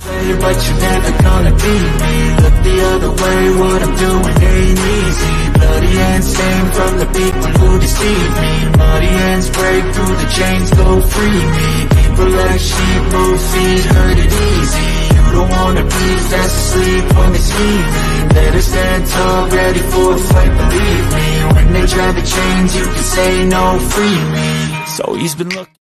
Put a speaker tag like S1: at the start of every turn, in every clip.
S1: junior, but you're never gonna be me Look the other way, what I'm doing ain't easy Bloody hands stained from the people who deceive me Muddy hands break through the chains, go free me People like sheep move feet, hurt it easy You don't wanna be fast asleep when they scheming Better stand tall, ready for a fight, believe me When they try to change, you can say no, free me So he's been looking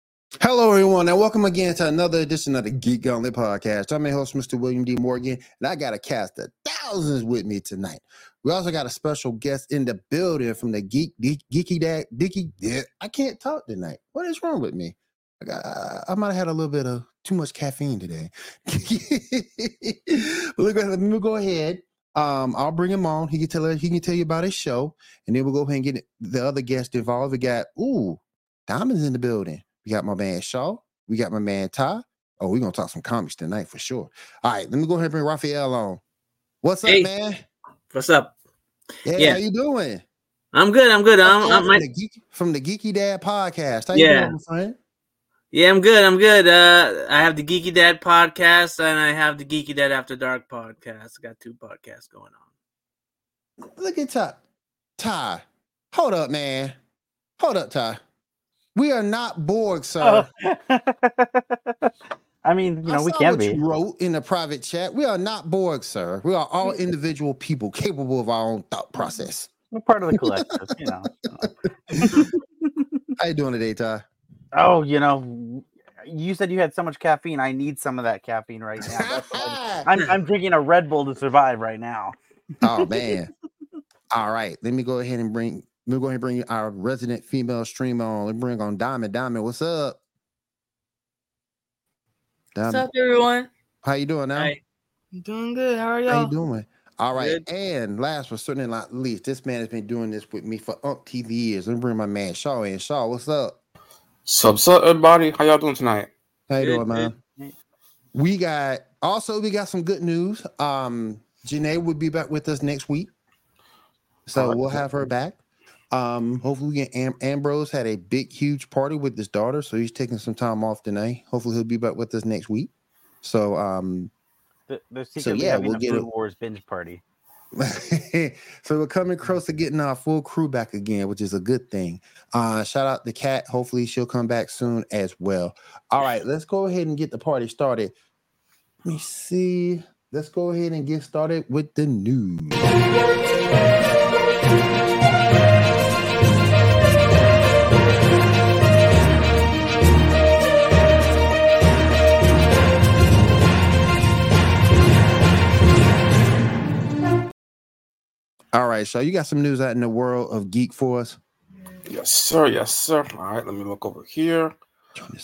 S2: Hello, everyone, and welcome again to another edition of the Geek Gauntlet Podcast. I'm your host, Mr. William D. Morgan, and I got a cast of thousands with me tonight. We also got a special guest in the building from the Geek, Geek Geeky Dad Dicky. yeah, I can't talk tonight. What is wrong with me? I, got, I, I might have had a little bit of too much caffeine today. but look, let me go ahead. Um, I'll bring him on. He can tell he can tell you about his show, and then we'll go ahead and get the other guest involved. We got ooh, Diamonds in the building. We got my man Shaw. We got my man Ty. Oh, we're gonna talk some comics tonight for sure. All right, let me go ahead and bring Raphael on. What's up,
S3: Hey.
S2: man?
S3: What's up?
S2: Hey,
S3: Yeah.
S2: how you doing?
S3: I'm good. I'm good. I'm,
S2: Raphael
S3: I'm
S2: from, the Geek, from the Geeky Dad podcast. How you
S3: Yeah.
S2: doing, my friend?
S3: yeah. I'm good. I'm good. Uh, I have the Geeky Dad podcast and I have the Geeky Dad After Dark podcast. I got two podcasts going on.
S2: Look at Ty. Ty, hold up, man. Hold up, Ty. We are not Borg, sir.
S4: Oh. I mean, you
S2: I
S4: know, we
S2: saw
S4: can
S2: what
S4: be.
S2: you wrote in the private chat. We are not Borg, sir. We are all individual people capable of our own thought process.
S4: We're part of the collective, you know. so.
S2: How you doing today, Ty?
S4: Oh, you know, you said you had so much caffeine. I need some of that caffeine right now. That's what I'm- I'm, I'm drinking a Red Bull to survive right now.
S2: Oh man. All right. Let me go ahead and bring let me go ahead and bring our resident female streamer on. Let me bring on Diamond. Diamond, what's up?
S5: What's
S2: Diamond,
S5: up, everyone?
S2: how you doing now?
S3: Hey,
S5: I'm doing good. How are
S2: How
S5: y'all?
S2: you doing? All right.
S3: Good.
S2: And last but certainly not least, this man has been doing this with me for umpteen years. Let me bring my man Shaw in. Shaw, what's up?
S6: Subs up, everybody? How y'all doing tonight?
S2: How you
S3: Good,
S2: doing, man?
S4: good.
S2: We got also we got some good news. Um, Janae will be back with us next week, so
S6: Alright.
S2: we'll have her back. Um, hopefully, we get Am- Ambrose had a big, huge party with his daughter, so he's taking some time off tonight. Hopefully, he'll be back with us next week. So, um,
S4: Th- They're secretly
S2: yeah,
S4: having
S2: we'll
S4: a
S2: get
S4: Brood
S2: it.
S4: Wars binge party.
S2: so we're coming close to getting our full crew back again, which is a good thing. Uh, shout out to Kat. Hopefully, she'll come back soon as well. All right, let's go ahead and get the party started. Let me see. Let's go ahead and get started with the news. All right, so you got some news out in the world of geek for us.
S6: Yes, sir. Yes, sir. All right, let me look over here.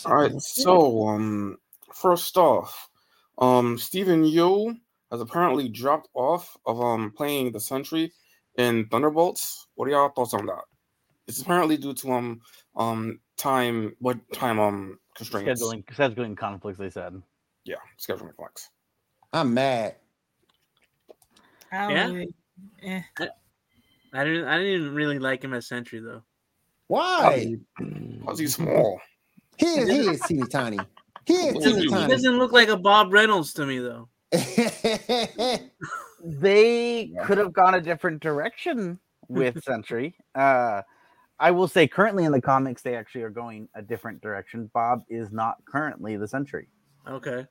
S6: All right, so um, first off, um, Stephen Yu has apparently dropped off of um playing the Sentry in Thunderbolts. What are y'all thoughts on that? It's apparently due to um um time what time um constraints.
S4: Scheduling, scheduling conflicts, they said.
S6: Yeah, scheduling flex.
S2: I'm mad.
S5: I
S3: Yeah?
S5: really- eh.
S3: I didn't. I didn't really like him as Sentry though.
S2: Why?
S4: Mm.
S6: How's he small?
S2: He is, he is teeny tiny. He is
S6: What do
S2: teeny
S6: you mean?
S3: He
S2: tiny.
S3: doesn't look like a Bob Reynolds to me though.
S4: They
S6: Yeah.
S4: could have gone a different direction with Sentry. Uh, I will say, currently in the comics, they actually are going a different direction. Bob is not currently the Sentry.
S3: Okay.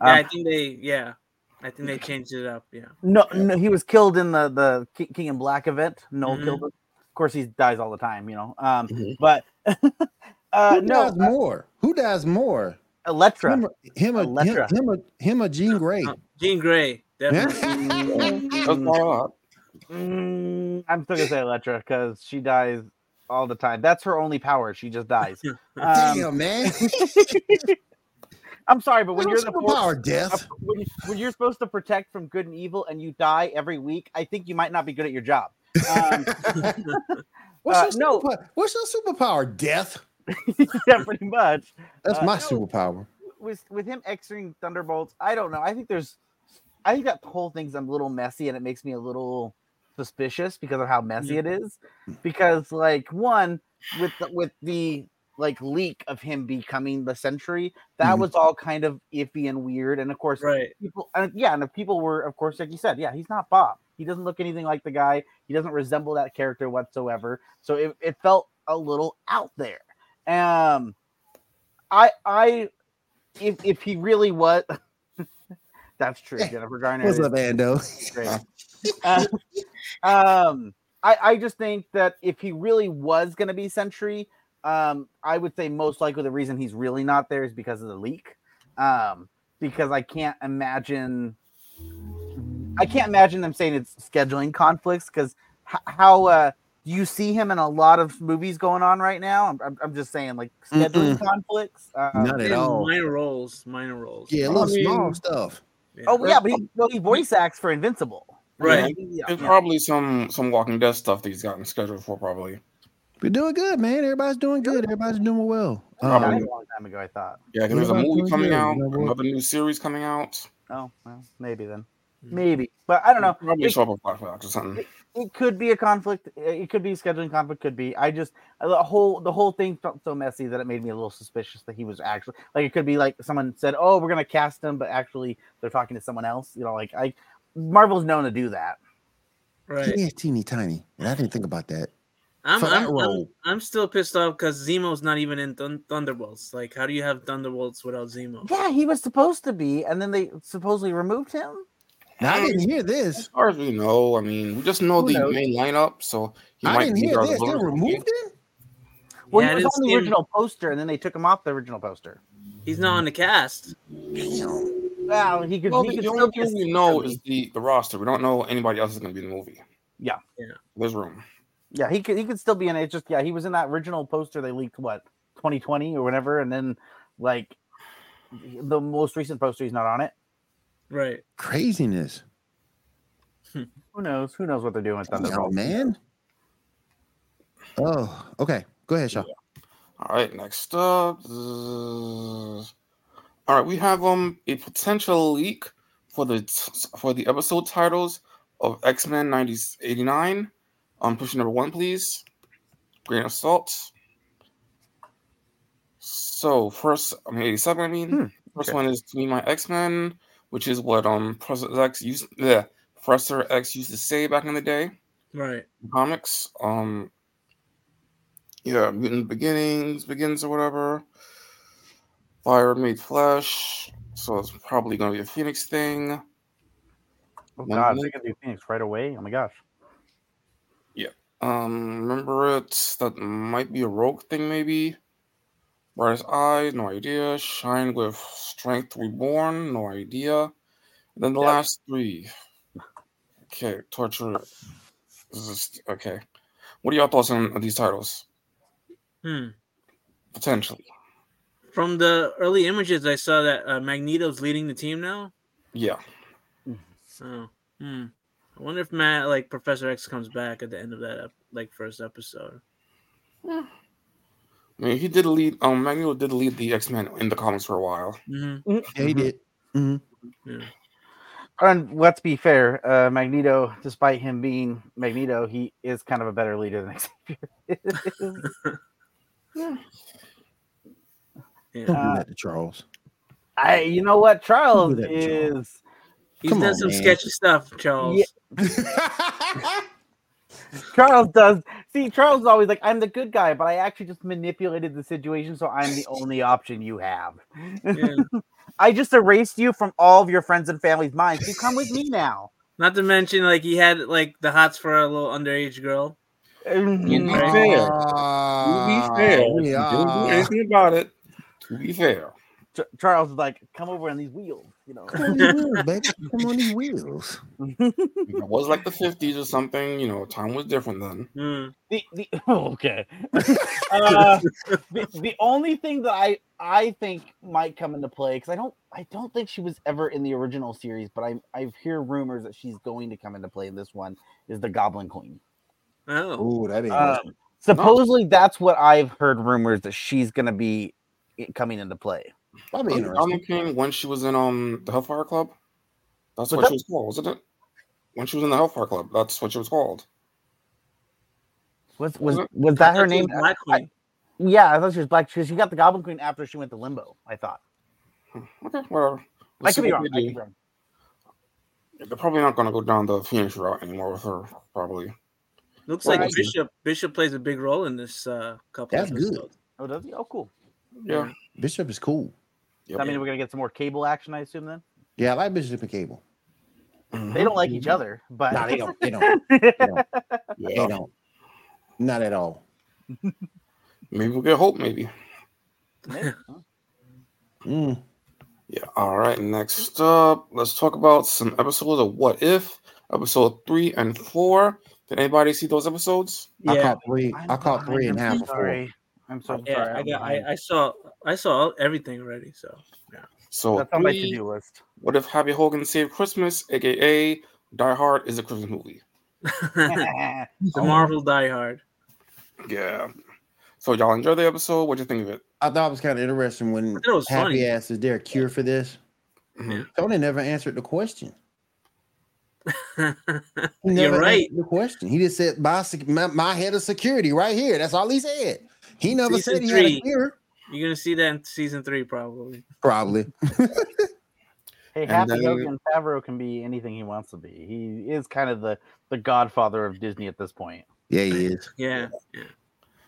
S2: Ah.
S4: Um,
S3: yeah, I think they. Yeah, I think they changed it up. Yeah.
S4: No, no, he was killed in the the Ki- King and Black event. Noel
S2: Mm-hmm.
S3: Mhm.
S4: killed him. Of course, he dies all the time, you know. Um,
S6: Mhm.
S4: but uh,
S2: Who
S4: no,
S2: dies
S4: uh,
S2: more? Who dies more?
S4: Electra.
S2: Him or, him, or, him,
S4: Electra.
S2: him, or, him or Jean Grey?
S3: Uh, Jean Grey. Definitely.
S6: That's
S4: Mm,
S6: not a lot.
S4: mm, I'm still gonna say Electra because she dies all the time. That's her only power. She just dies. Um,
S2: Damn, man.
S4: I'm sorry, but when
S2: Your
S4: you're the force, uh,
S2: superpower death.
S4: when, you- when you're supposed to protect from good and evil, and you die every week, I think you might not be good at your job. Um, uh,
S2: What's your
S4: no.
S2: superpower? What's your superpower? Death.
S4: yeah, pretty much.
S2: That's
S4: Uh,
S2: my
S4: no.
S2: superpower.
S4: with with him X-ring Thunderbolts, I don't know. I think there's, I think that whole thing's a little messy, and it makes me a little suspicious because of how messy
S3: Yeah.
S4: it is. Because like one with the, with the like leak of him becoming the Sentry, that
S2: Mhm.
S4: was all kind of iffy and weird. And of course,
S3: Right.
S4: people, and yeah, and if people were, of course, like you said, yeah, he's not Bob. He doesn't look anything like the guy. He doesn't resemble that character whatsoever. So it, it felt a little out there. Um, I I if if he really was, that's true. Jennifer Garner.
S2: What's
S4: is
S2: up, Ando?
S4: great. Uh, um, I I just think that if he really was going to be Sentry, um, I would say most likely the reason he's really not there is because of the leak. Um, because I can't imagine, I can't imagine them saying it's scheduling conflicts. Because how uh, do you see him in a lot of movies going on right now? I'm, I'm, I'm just saying like scheduling conflicts. Um,
S2: Not at
S3: Yeah,
S2: all.
S3: Minor roles, minor roles.
S2: Yeah,
S4: I
S2: little
S4: mean-
S2: small stuff.
S4: oh yeah, but he, well, he voice acts for Invincible.
S3: Right.
S4: Yeah,
S6: There's
S4: yeah.
S6: probably some some Walking Dead stuff that he's gotten scheduled for, probably.
S2: We're doing good, man. Everybody's doing good. Everybody's doing well.
S4: That
S2: Um,
S4: was
S6: Probably.
S4: a long time ago, I thought.
S6: Yeah, 'cause there's a
S2: What about
S6: movie
S2: Tony
S6: coming
S2: Jaa?
S6: out,
S2: You know what?
S6: another new series coming out.
S4: Oh, well, maybe then.
S6: Hmm.
S3: Mm.
S4: Maybe. But I don't know.
S6: Probably
S4: It-
S6: show up on Black Box or something.
S4: It could be a conflict. It could be a scheduling conflict. Could be. I just the whole the whole thing felt so messy that it made me a little suspicious that he was actually like it could be like someone said, "Oh, we're gonna cast him," but actually they're talking to someone else. You know, like I Marvel's known to do that.
S3: Right.
S2: He is teeny tiny, and I didn't think about that.
S3: I'm
S2: For that
S3: I'm, I'm
S2: role.
S3: I'm still pissed off because Zemo's not even in Thun- Thunderbolts. Like, how do you have Thunderbolts without Zemo?
S4: Yeah, he was supposed to be, and then they supposedly removed him.
S2: Now, I
S6: Um,
S2: didn't hear this.
S6: As far as we know, I mean, we just know
S4: Who
S6: the
S4: knows?
S6: main lineup, so he
S2: I
S6: might
S2: didn't
S6: be
S2: hear
S6: there as
S2: this.
S6: a
S2: They
S6: bonus
S2: removed him.
S4: Well,
S3: Yeah, I didn't
S4: he was on
S3: see
S4: the
S3: him.
S4: original poster, and then they took him off the original poster.
S3: He's not on the cast.
S2: Damn.
S4: Well, he could.
S6: Well,
S4: he
S6: the,
S4: could
S6: the
S4: still
S6: only
S4: be a
S6: thing we know
S4: Sentry.
S6: is the, the roster. We don't know anybody else is going to be in the movie.
S4: Yeah.
S3: Yeah.
S6: There's room.
S4: Yeah, he could he could still be in it. It's just yeah, he was in that original poster they leaked what 2020 or whatever, and then like the most recent poster he's not on it.
S3: Right.
S2: Craziness.
S4: Who knows? Who knows what they're doing with
S2: Oh,
S4: Thunderbolt?
S2: man. Oh, okay. Go ahead, Shaw.
S6: All right, next up. uh, all right, we have um a potential leak for the for the episode titles of X Men 89. Um, push number one, please. Grain of salt. So first, I mean 87. I mean,
S4: Hmm,
S6: first
S4: okay.
S6: one is to me my X Men, which is what um Professor X used. Yeah, Professor X used to say back in the day
S3: Right.
S6: comics. Um, yeah, Mutant Beginnings begins or whatever. Fire made flesh, so it's probably going to be a Phoenix thing.
S4: Oh
S6: One
S4: god, they're
S6: link.
S4: gonna do Phoenix right away. Oh my gosh.
S6: Um, remember it? That might be a Rogue thing, maybe. Brightest Eye, no idea. Shine with Strength Reborn, no idea. then the
S4: Yeah.
S6: last three. Okay, Torture. This is- okay. What are your thoughts on these titles?
S3: Hmm.
S6: Potentially.
S3: From the early images, I saw that uh, Magneto's leading the team now.
S6: Yeah.
S3: So, hmm. I wonder if Matt, like Professor X, comes back at the end of that, ep- like first episode.
S6: I mean, he did lead. Um, Magneto did lead the X Men in the comics for a while.
S3: hmm
S2: Yeah, he did. Mhm.
S3: Yeah.
S4: And let's be fair, uh, Magneto, despite him being Magneto, he is kind of a better leader than Xavier.
S2: Don't
S3: Yeah.
S2: do
S4: Uh,
S2: that to Charles.
S4: I, you know what, Charles
S2: that, Charles.
S4: is
S3: He's
S2: Come
S3: done
S2: on,
S3: some
S2: man.
S3: sketchy stuff, Charles.
S4: Yeah. Charles does. See, Charles is always like, I'm the good guy, but I actually just manipulated the situation, so I'm the only option you have.
S3: Yeah.
S4: I just erased you from all of your friends and family's minds. You come with me now.
S3: Not to mention, like he had like the hots for a little underage girl.
S6: To be
S4: Mm,
S6: fair,
S2: Ah,
S6: to be fair,
S2: we
S6: he didn't do
S2: are.
S6: anything about it. To be fair,
S4: Ch- Charles is like, come over on these wheels, you know.
S2: uh, Come on these wheels, baby. Come on these wheels.
S6: If it was like the fifties or something. You know, time was different then.
S3: Hmm.
S4: the, the oh, okay. uh, the, the only thing that I I think might come into play because I don't I don't think she was ever in the original series, but I I hear rumors that she's going to come into play in this one is the Goblin Queen.
S3: Oh,
S2: Oh, that ain't
S4: Um, supposedly, that's what I've heard rumors that she's going to be i- coming into play.
S2: probably
S6: Wasn't
S2: interesting.
S6: Diamond King when she was in um the Hellfire Club. That's
S4: But
S6: what
S4: that-
S6: she was called, wasn't it? When she was in the Hellfire Club, that's what she was called.
S4: Was was
S6: Wasn't-
S4: was that her name?
S3: Black Queen.
S4: Yeah, I thought she was black. She, she got the Goblin Queen after she went to Limbo. I thought.
S6: Okay, whatever. We'll
S4: I
S6: see
S4: could be
S6: what
S4: wrong.
S6: they
S4: I could
S6: do.
S4: be wrong.
S6: They're probably not going to go down the Phoenix route anymore with her, probably.
S3: Looks
S4: Well,
S3: like
S6: I-
S3: Bishop Bishop plays a big role in this uh, couple.
S2: That's good.
S3: episodes.
S4: Oh, does he? Oh, cool.
S6: Yeah.
S2: Bishop is cool.
S4: Does That means we're gonna get some more cable action, I assume. Then
S2: Yeah, I like Bishop and Cable.
S6: Mm-hmm.
S4: they don't like each other, but
S2: Mm-hmm. Nah, they don't. They don't. They
S6: Yeah.
S2: don't. Not at all.
S6: Maybe we'll get Hope, maybe.
S2: Mm.
S6: Yeah. All right. Next up, let's talk about some episodes of What If, episode three and four. Did anybody see those episodes?
S2: I
S3: Yeah,
S2: caught three. I caught three and a half.
S4: I'm
S2: and four.
S4: Sorry, I'm so
S3: yeah.
S4: sorry.
S3: I
S4: I'm
S3: got.
S4: behind.
S3: I, I saw. I saw everything already. So
S6: So
S4: That's on my
S6: three,
S4: to-do list.
S6: What if Happy Hogan saved Christmas, aka Die Hard is a Christmas movie?
S3: the
S4: I
S3: Marvel Die Hard.
S6: Yeah. So y'all enjoy the episode. What'd you think of it?
S2: I thought it was kind of interesting when
S3: thought it was
S2: Happy
S3: funny. Mm-hmm.
S2: Ass is there a cure for this?
S6: Mhm.
S2: Tony never answered the question. He
S3: You're
S2: never
S3: right.
S2: answered The question. He just said my, sec- my my head of security right here. That's all he said. He never
S3: Season
S2: said he had a
S3: three.
S2: cure.
S3: You're gonna see that in season three, probably.
S2: Probably.
S4: Hey,
S6: And
S4: Happy
S6: then-
S4: Hogan Favreau can be anything he wants to be. He is kind of the the godfather of Disney at this point.
S2: Yeah, he is.
S3: Yeah, yeah.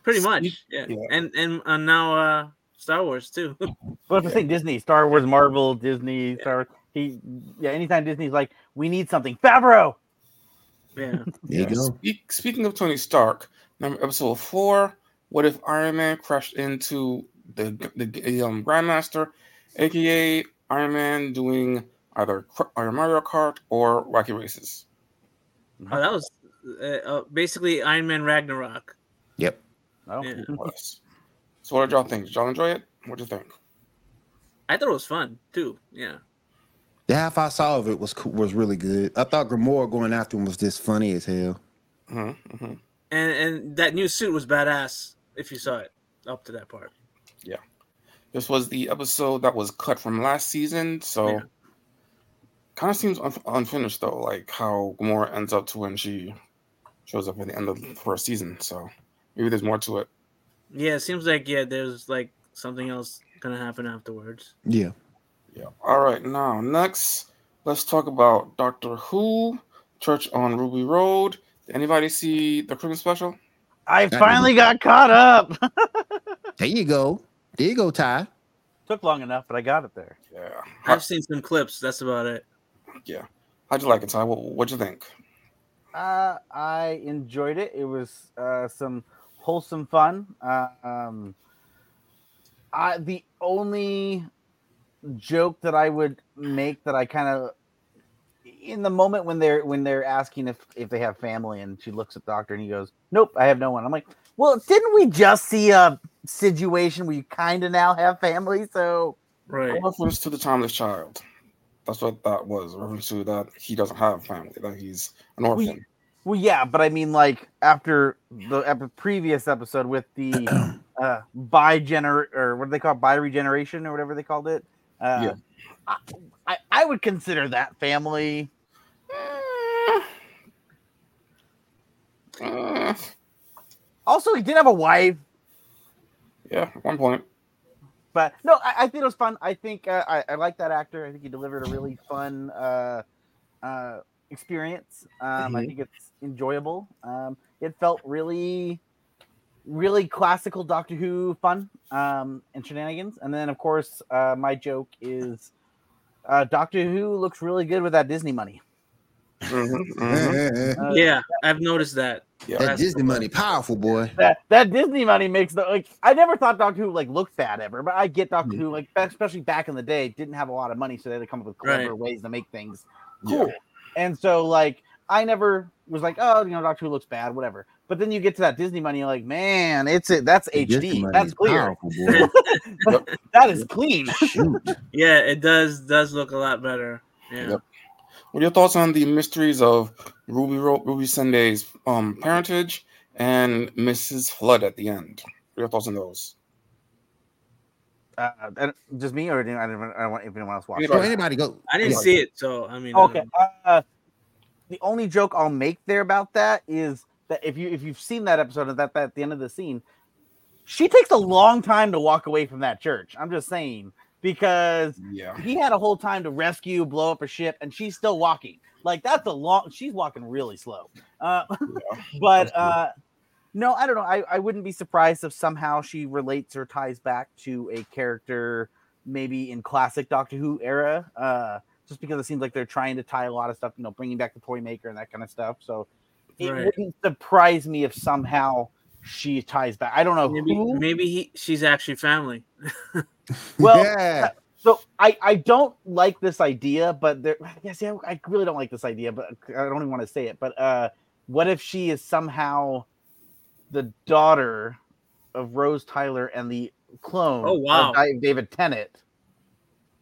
S3: Pretty much. Yeah.
S6: Yeah.
S3: And and uh, now uh, Star Wars too.
S4: But if I say Disney, Star Wars, Marvel, Disney, Star Wars, he yeah. Anytime Disney's like, we need something, Favreau.
S3: yeah.
S2: There you go.
S6: Speak, speaking of Tony Stark, number episode four. What if Iron Man crashed into the the, the, um, Grandmaster, aka Iron Man, doing either cr- either Mario Kart or Rocky Races?
S3: Oh, that was uh, uh, basically Iron Man Ragnarok.
S2: Yep.
S4: No.
S3: Yeah.
S6: Yes. So what did y'all think? Did y'all enjoy it? What do you think?
S3: I thought it was fun too. Yeah.
S2: The half I saw of it was cool, was really good. I thought Gamora going after him was just funny as hell.
S6: hmm hmm
S3: And and that new suit was badass. If you saw it up to that part.
S6: This was the episode that was cut from last season, so
S3: Yeah.
S6: kind of seems unf unfinished though. Like how Gamora ends up to when she shows up at the end of the first season. So maybe there's more to it.
S3: Yeah, it seems like yeah, there's like something else gonna happen afterwards.
S2: Yeah.
S6: Yeah. All right. Now next, let's talk about Doctor Who, Church on Ruby Road. Did anybody see the Christmas special?
S4: I finally got caught up.
S2: There you go. There you go, Ty.
S4: Took long enough, but I got it there.
S6: Yeah. How,
S3: I've seen some clips. That's about it.
S6: how'd you like it, Ty? What, what'd you think?
S4: Uh, I enjoyed it. It was uh, some wholesome fun. Uh, um, I, the only joke that I would make that I kind of in the moment when they're when they're asking if if they have family and she looks at the doctor and he goes nope i have no one i'm like well didn't we just see a situation where you kind of now have family so
S3: Right.
S6: A reference to the timeless child. That's what that was. A reference to that he doesn't have family, that he's an orphan.
S4: Well, yeah, but I mean, like after the ep- previous episode with the uh, bi gener or what do they call it? bi regeneration or whatever they called it. Uh,
S6: Yeah.
S4: I, I I would consider that family.
S6: Uh,
S4: Also, he did have a wife,
S6: yeah, at one point.
S4: but no, I, I think it was fun. I think uh, I, I like that actor. I think he delivered a really fun uh, uh, experience.
S3: Mm-hmm.
S4: Um, I
S6: Mhm.
S4: think it's enjoyable. Um, it felt really, really classical Doctor Who fun um, and shenanigans. And then, of course, uh, my joke is uh, Doctor Who looks really good with that Disney money.
S6: Mhm, mhm.
S2: that
S4: Uh,
S3: Yeah, I've noticed that.
S6: Yeah.
S2: Disney money, powerful boy.
S4: That, that Disney money makes the like. I never thought Doctor Who like looked bad ever, but I get Doctor
S3: Mm-hmm.
S4: Who like especially back in the day didn't have a lot of money, so they had to come up with clever
S3: Right.
S4: ways to make things
S6: yeah.
S4: cool. And so like I never was like, oh, you know, Doctor Who looks bad, whatever. But then you get to that Disney money, you're like, man, it's it. That's
S2: Disney
S4: HD.
S2: money
S4: That's
S2: is
S4: clear.
S2: powerful, boy.
S4: That is clean.
S2: Shoot.
S3: Yeah, it does does look a lot better. Yeah.
S6: Yep. What are your thoughts on the mysteries of Ruby Ro- Ruby Sunday's um, parentage and Mrs. Flood at the end? What are your thoughts on those?
S4: Uh, and- just me, or did I didn't, I don't want if anyone else watch.
S2: Bro, anybody go.
S3: I didn't
S6: Yeah.
S3: see it, so I mean um, I
S4: Okay.
S3: don't-
S4: Uh, the only joke I'll make there about that is that if you if you've seen that episode of that, that at the end of the scene, She takes a long time to walk away from that church. I'm just saying because
S6: Yeah.
S4: he had a whole time to rescue, blow up a ship, and she's still walking. Like that's a long. She's walking really slow. Uh, but uh, no, I don't know. I, I wouldn't be surprised if somehow she relates or ties back to a character maybe in classic Doctor Who era. Uh, just because it seems like they're trying to tie a lot of stuff, you know, bringing back the toy maker and that kind of stuff. So it
S3: Right.
S4: wouldn't surprise me if somehow she ties back. I don't know
S3: Maybe
S4: who.
S3: maybe he she's actually family.
S4: Well,
S2: yeah.
S4: So I, I don't like this idea, but there yeah, see, I, I really don't like this idea, but I don't even want to say it. But uh, what if she is somehow the daughter of Rose Tyler and the clone
S3: Oh, wow.
S4: of Di- David Tennant?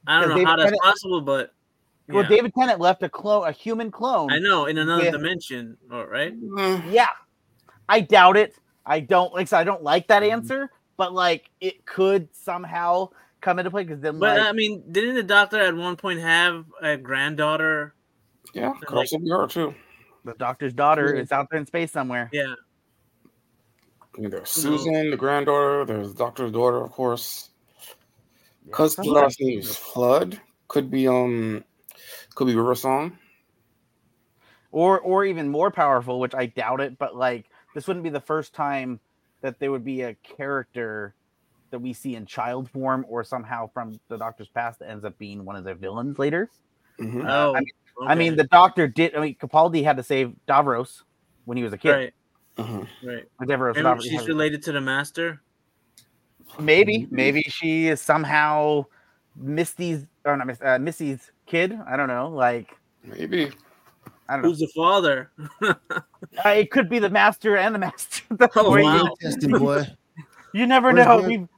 S3: I don't
S4: Yeah,
S3: know how
S4: David
S3: that's
S4: Tennant-
S3: possible, but
S4: Well,
S3: yeah.
S4: David Tennant left a clone, a human clone.
S3: I know in another
S4: Yeah.
S3: dimension, all right?
S6: Mm,
S4: Yeah, I doubt it. I don't like. So I don't like
S3: Mm-hmm.
S4: that answer, but like it could somehow come into play because then
S3: But um,
S4: like
S3: I mean, didn't the doctor at one point have a granddaughter?
S6: Yeah, could also be her too.
S4: the Doctor's daughter
S6: Yeah.
S4: is out there in space somewhere.
S3: Yeah,
S6: I mean, there's Susan, the granddaughter. There's Doctor's daughter, of course.
S4: Yeah,
S6: Cause the
S4: somewhere.
S6: last name is Flood. Could be um, could be River Song.
S4: or or even more powerful, which I doubt it, but like this wouldn't be the first time that there would be a character that we see in child form or somehow from the doctor's past that ends up being one of their villains later.
S6: Mhm.
S3: Oh,
S4: I mean- I mean, the doctor did I mean Capaldi had to save Davros when he was a kid.
S3: right,
S6: Mhm.
S3: right.
S4: Or Davros,
S3: Maybe
S4: Davros,
S3: she's Mm-hmm.
S4: Davros.
S3: related to the master.
S4: maybe maybe she is somehow Misty's or not Miss, uh, Missy's kid. I don't know. Like
S6: Maybe.
S4: I don't know.
S3: Who's the father?
S4: Uh, it could be the master and the master. at that
S3: Oh,
S4: point.
S3: wow.
S2: We're testing, boy.
S4: You never
S2: Where's
S4: know.
S2: the-
S4: We've-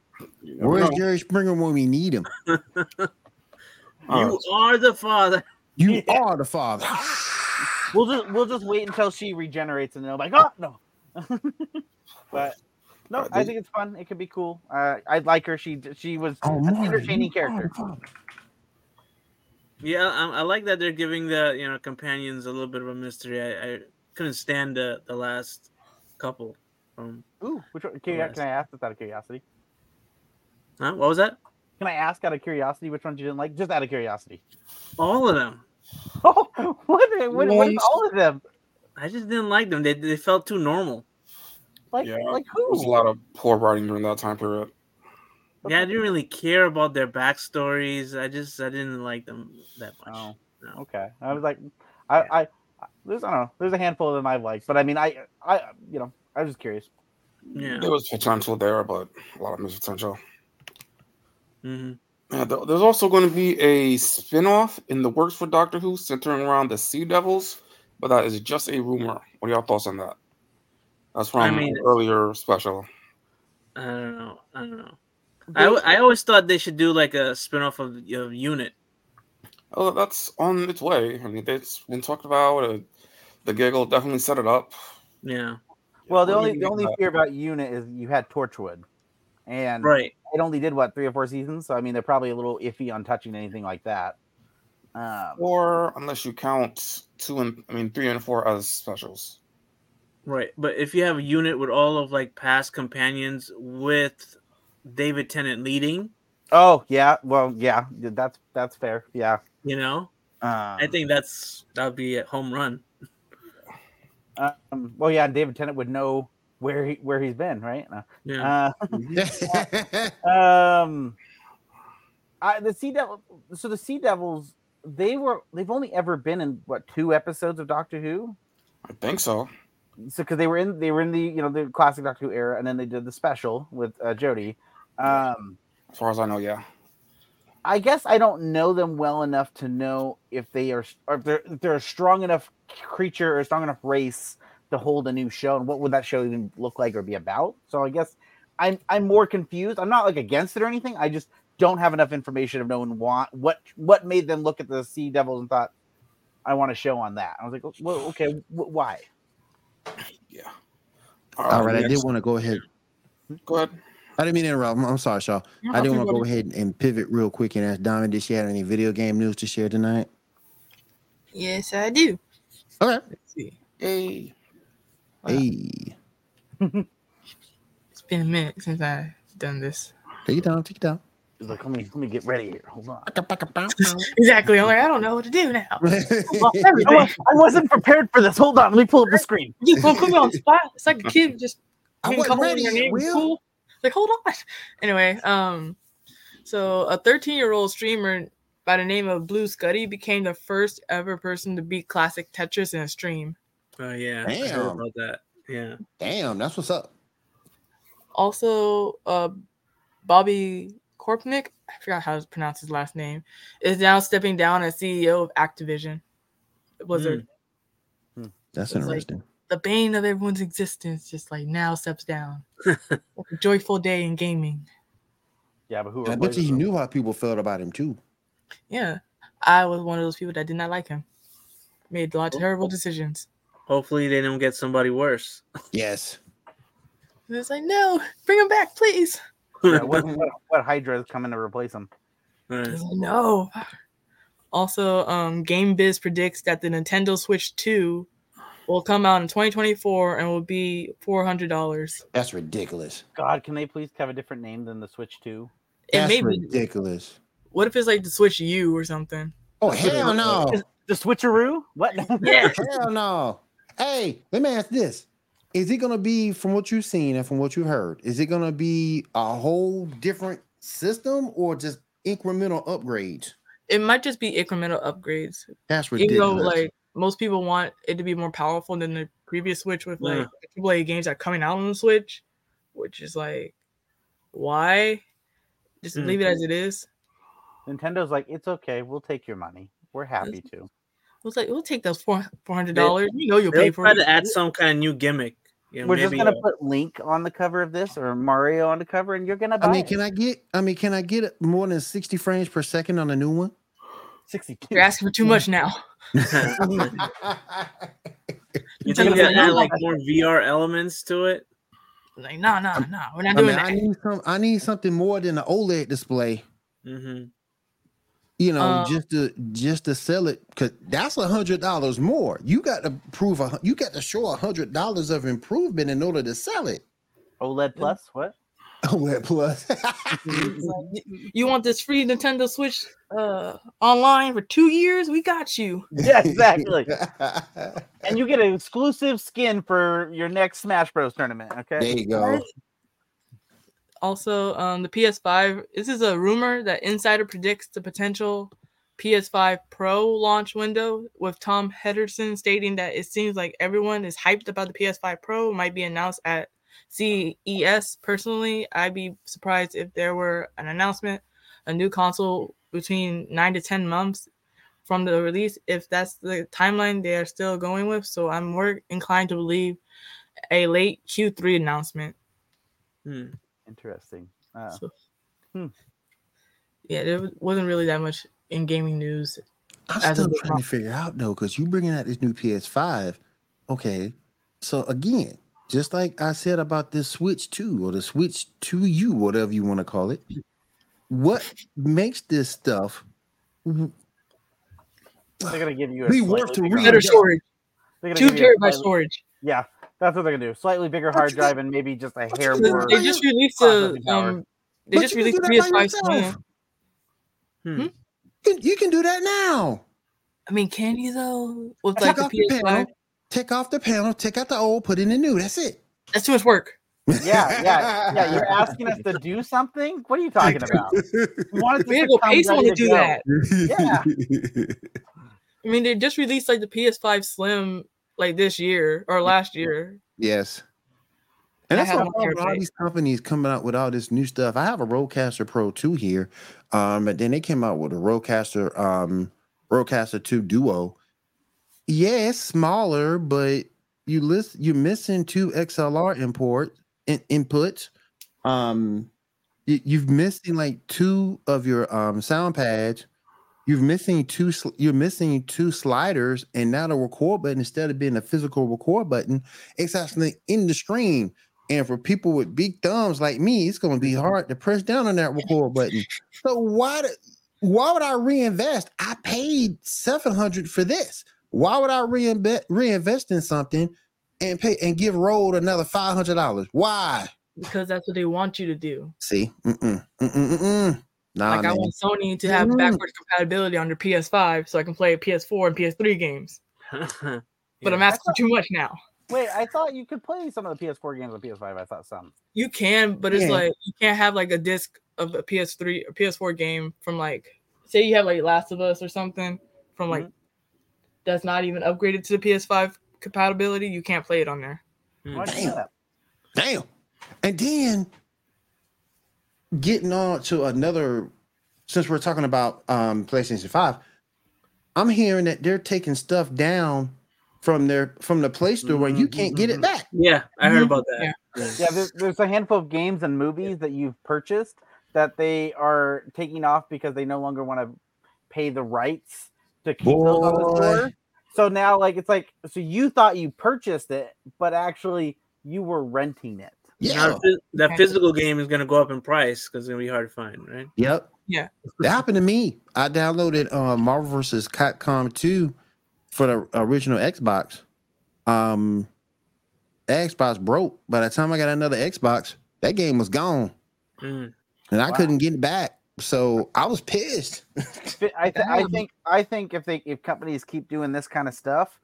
S6: You never
S2: Where's
S6: know.
S2: Jerry Springer when we need him?
S6: All
S3: You
S6: right.
S3: are the father.
S2: You
S4: Yeah.
S2: are the father.
S4: We'll just we'll just wait until she regenerates and then I'll be like, oh no. but no,
S6: Uh,
S4: I
S6: did-
S4: think it's fun. It could be cool. Uh, I like her. She she was
S2: Oh,
S4: an
S2: Marty,
S4: entertaining
S2: you are the
S4: character.
S2: father.
S3: Yeah, I, I like that they're giving the you know companions a little bit of a mystery. I, I couldn't stand the the last couple. Um,
S4: Ooh, which one, can, I-
S3: Yes.
S4: can I ask this out of curiosity?
S3: huh? What was that?
S4: Can I ask out of curiosity which ones you didn't like? Just out of curiosity.
S3: All of them.
S4: Oh, what? What? what
S6: Nice.
S4: about all of them?
S3: I just didn't like them. They they felt too normal.
S4: Like
S6: Yeah,
S4: like
S6: There was a
S4: who?
S6: lot of poor writing during that time period.
S3: Yeah, I didn't really care about their backstories. I just I didn't like them that much.
S4: Oh,
S3: No.
S4: okay. I was like, I, I, I there's I don't know. There's a handful of them I like, but I mean, I I you know I was just curious.
S3: Yeah.
S6: There was potential there, but a lot of missed potential.
S3: hmm
S6: Yeah, th- there's also going to be a spin-off in the works for Doctor Who centering around the Sea Devils, but that is just a rumor. What are y'all thoughts on that? That's from
S3: I mean-
S6: an earlier special.
S3: I don't know. I don't know. I, al- I always thought they should do like a spinoff of, of Unit.
S6: Oh, that's on its way. I mean, it's been talked about. Uh, the giggle definitely set it up.
S3: Yeah.
S4: Well, the
S6: What do
S4: only
S6: you
S4: the
S6: think
S4: only
S6: about-
S4: fear about Unit is you had Torchwood, and
S3: Right.
S4: it only did what three or four seasons. So I mean, they're probably a little iffy on touching anything like that. Um,
S6: or unless you count two and I mean three and four as specials.
S3: Right. But if you have a unit with all of like past companions with David Tennant leading,
S4: oh yeah, well yeah, th- that's that's fair. Yeah,
S3: you know,
S4: um,
S3: I think that's that'd be a home run.
S4: Um, well, yeah, David Tennant would know where he where he's been, right? No.
S3: Yeah.
S4: Uh, um, I, the Sea Devil. So the Sea Devils, they were they've only ever been in what two episodes of Doctor Who.
S6: I think so.
S4: so because they were in they were in the you know the classic Doctor Who era, and then they did the special with uh, Jodie. Um,
S6: As far as I know, yeah.
S4: I guess I don't know them well enough to know if they are or if they're if they're a strong enough creature or a strong enough race to hold a new show, and what would that show even look like or be about? So I guess I'm I'm more confused. I'm not like against it or anything. I just don't have enough information of knowing what what what made them look at the Sea Devils and thought I want a show on that. I was like, well, okay, wh- why?
S6: Yeah.
S2: All right, I
S6: next-
S2: did want to go ahead.
S6: Go ahead.
S2: I didn't mean to interrupt. I'm, I'm sorry, Shaw. I did want to go ahead and pivot real quick and ask Diamond, did she have any video game news to share tonight?
S5: Yes, I do.
S2: Okay.
S5: Let's see.
S6: Hey.
S2: Hey.
S5: been a minute since I've done this.
S2: Take it down. Take it down.
S4: He's like, let me let me get ready here. Hold on.
S5: Exactly. I'm like, I don't know what to do now. Lost
S4: I,
S5: everything.
S4: wa- I wasn't prepared for this. Hold on. Let me pull up the screen.
S5: You gonna put me on the spot? It's like a kid just
S2: I
S5: being
S2: wasn't
S5: called
S2: ready
S5: their
S2: yet,
S5: name in
S2: Will.
S5: school. Like, hold on. Anyway, um, so a 13 year old streamer by the name of Blue Scuddy became the first ever person to beat classic Tetris in a stream.
S3: Oh yeah, I heard
S2: Damn.
S3: about that. Yeah,
S2: Damn, that's what's up.
S5: Also, uh, Bobby Korpnik, I forgot how to pronounce his last name, is now stepping down as CEO of Activision Blizzard.
S2: That's
S5: It's like-
S2: interesting.
S5: The bane of everyone's existence, just like now steps down. Like a joyful day in gaming.
S4: Yeah, but who?
S2: I bet
S4: replaced
S2: you he
S4: him?
S2: knew how people felt about him too.
S5: Yeah, I was one of those people that did not like him. Made a lot of terrible decisions.
S3: hopefully they don't get somebody worse.
S2: Yes.
S5: And it's like, no, bring him back, please.
S4: Yeah, what, what, what Hydra is coming to replace him?
S5: It's
S3: Alright.
S5: like, no. Also, um, Game Biz predicts that the Nintendo Switch 2 will come out in 2024 and will be $400.
S2: That's ridiculous.
S4: God, can they please have a different name than the Switch Two?
S5: It
S2: That's
S5: may be.
S2: ridiculous.
S5: What if it's like the Switch U or something?
S2: Oh hell no.
S4: The Switcheroo? What?
S5: Yeah.
S2: hell no. Hey, let me ask this. Is it gonna be from what you've seen and from what you heard, is it gonna be a whole different system or just incremental upgrades?
S5: It might just be incremental upgrades.
S2: That's
S5: Even though,
S2: ridiculous.
S5: like, most people want it to be more powerful than the previous Switch with, like,
S3: Yeah.
S5: the AAA games that are coming out on the Switch, which is like, why? Just
S3: Mm.
S5: leave it as it is.
S4: Nintendo's like, it's okay. We'll take your money. We're happy to.
S5: We'll like we'll take those four four hundred dollars. You know you'll pay
S3: They'll
S5: for
S3: try
S5: it.
S3: to add some kind of new gimmick. You know,
S4: We're just
S3: maybe
S4: gonna put Link on the cover of this or Mario on the cover, and you're gonna buy
S2: I mean,
S4: it.
S2: can I get I mean, can I get more than 60 frames per second on a new one?
S4: Sixty-two.
S5: You're asking for
S3: Mm.
S5: too much now.
S3: you think
S5: Nintendo-
S3: they'll add like more VR elements to it?
S5: Like, no, no, no, we're not
S2: I mean,
S5: doing
S2: I
S5: that.
S2: need some I need something more than an OLED E display.
S3: Mm-hmm.
S2: you know,
S5: Um,
S2: just to just to sell it because that's a hundred dollars more. You got to prove a hun- you got to show a hundred dollars of improvement in order to sell it.
S4: OLED Plus? What?
S2: Web plus,
S5: It's like, "You- you want this free Nintendo Switch uh online for two years? We got you.
S4: Yeah, exactly. and you get an exclusive skin for your next Smash Bros. tournament.
S2: there
S4: Okay.
S2: you go.
S5: Also, um the PS5. This is a rumor that Insider predicts the potential PS5 Pro launch window with Tom Henderson stating that it seems like everyone is hyped about the PS5 Pro might be announced at CES. Personally, I'd be surprised if there were an announcement, a new console between nine to ten months from the release. If that's the timeline they are still going with, so I'm more inclined to believe a late Q3 announcement.
S4: Interesting. Uh,
S5: So-
S4: Hmm.
S5: Yeah, there wasn't really that much in gaming news.
S2: I'm
S5: As a
S2: still trying
S5: pro-
S2: to figure out though, because you bringing out this new PS5. Okay, so again, just like I said about this Switch 2 or the Switch 2U, whatever you want to call it, what makes this stuff
S4: they're gonna give you a
S2: Be
S4: slightly
S2: worth to
S4: bigger
S2: read.
S4: hard
S5: Better
S4: drive.
S5: storage,
S4: They're gonna
S5: two
S4: give you a
S5: terabyte
S4: slightly-
S5: storage.
S4: Yeah, that's what they're gonna do. Slightly bigger
S2: But
S4: hard
S2: you
S4: drive and maybe just a
S2: but
S4: hair
S2: you
S5: They-
S4: more.
S5: They just released a
S4: Processing power.
S5: um, they
S2: But
S5: just
S2: you can
S5: released
S2: do that by
S5: PS5
S2: yourself.
S5: Slim.
S3: Hmm.
S5: Hmm?
S2: You can- You can do that now.
S5: I mean, can you though? With
S2: Take
S5: like the
S2: off the
S5: PS5,
S2: panel. Take off the panel. Take out the old. Put in the new. That's it.
S5: that's too much work.
S4: Yeah, yeah, yeah. You're asking us to do something? What are you talking about? We want it just
S5: We gotta go
S4: come
S5: pay someone
S4: ready
S5: to do
S4: go.
S5: that.
S4: Yeah.
S5: I mean, they just released like the PS5 Slim like this year or last year.
S2: Yes. And
S5: I
S2: that's
S5: have
S2: what problem
S5: one
S2: with all
S5: terabyte.
S2: these companies coming out with all this new stuff. I have a Rodecaster Pro 2 here. Um, and then they came out with a Rodecaster um Rodecaster 2 Duo. Yeah, it's smaller, but you list you're missing two XLR import in, inputs. Um you, you've missing like two of your um sound pads. You've missing two sl- you're missing two sliders and now the record button instead of being a physical record button, it's actually in the screen. And for people with big thumbs like me, it's going to be
S5: Mm-hmm.
S2: hard to press down on that record button. So why do- why would I reinvest? I paid seven hundred for this. Why would I reinvest reinvest in something and pay and give Road another five hundred dollars? Why?
S5: because that's what they want you to do.
S2: See, mm-mm, mm-mm, mm-mm. Nah,
S5: like I
S2: man.
S5: want Sony to have
S2: Mm.
S5: backward compatibility on their PS5 so I can play PS4 and PS3 games.
S3: Mm.
S5: But I'm asking too much now.
S4: Wait, I thought you could play some of the PS4 games on PS5. I thought some.
S5: You can, but it's
S2: Yeah.
S5: like you can't have like a disc of a PS3 or PS4 game from like say you have like Last of Us or something from like that's not even upgraded to the PS5 compatibility, you can't play it on there.
S3: Hmm. Mm.
S4: Why'd you do that?
S2: Damn. And then getting on to another, since we're talking about um, PlayStation 5, I'm hearing that they're taking stuff down from their from the Play Store where you can't get it back.
S3: yeah, I heard
S5: Mhm.
S3: about that.
S4: Mm-hmm. Yeah, there's, there's a handful of games and movies that you've purchased that they are taking off because they no longer want to pay the rights to keep those on the
S2: Boy.
S4: store. So now, like, it's like, so you thought you purchased it, but actually you were renting it.
S3: Now,
S2: Yeah.
S3: the phys- that physical game is going to go up in price because it's going to be hard to find, right?
S2: Yep.
S5: Yeah.
S2: That happened to me. I downloaded uh, Marvel vs. Capcom 2 for the original Xbox. Um, Xbox broke. By the time I got another Xbox, that game was gone.
S3: Mm.
S2: and I
S4: Wow.
S2: couldn't get it back. So I was pissed.
S4: Fi- I, th- I
S2: Damn.
S4: think I think if they if companies keep doing this kind of stuff,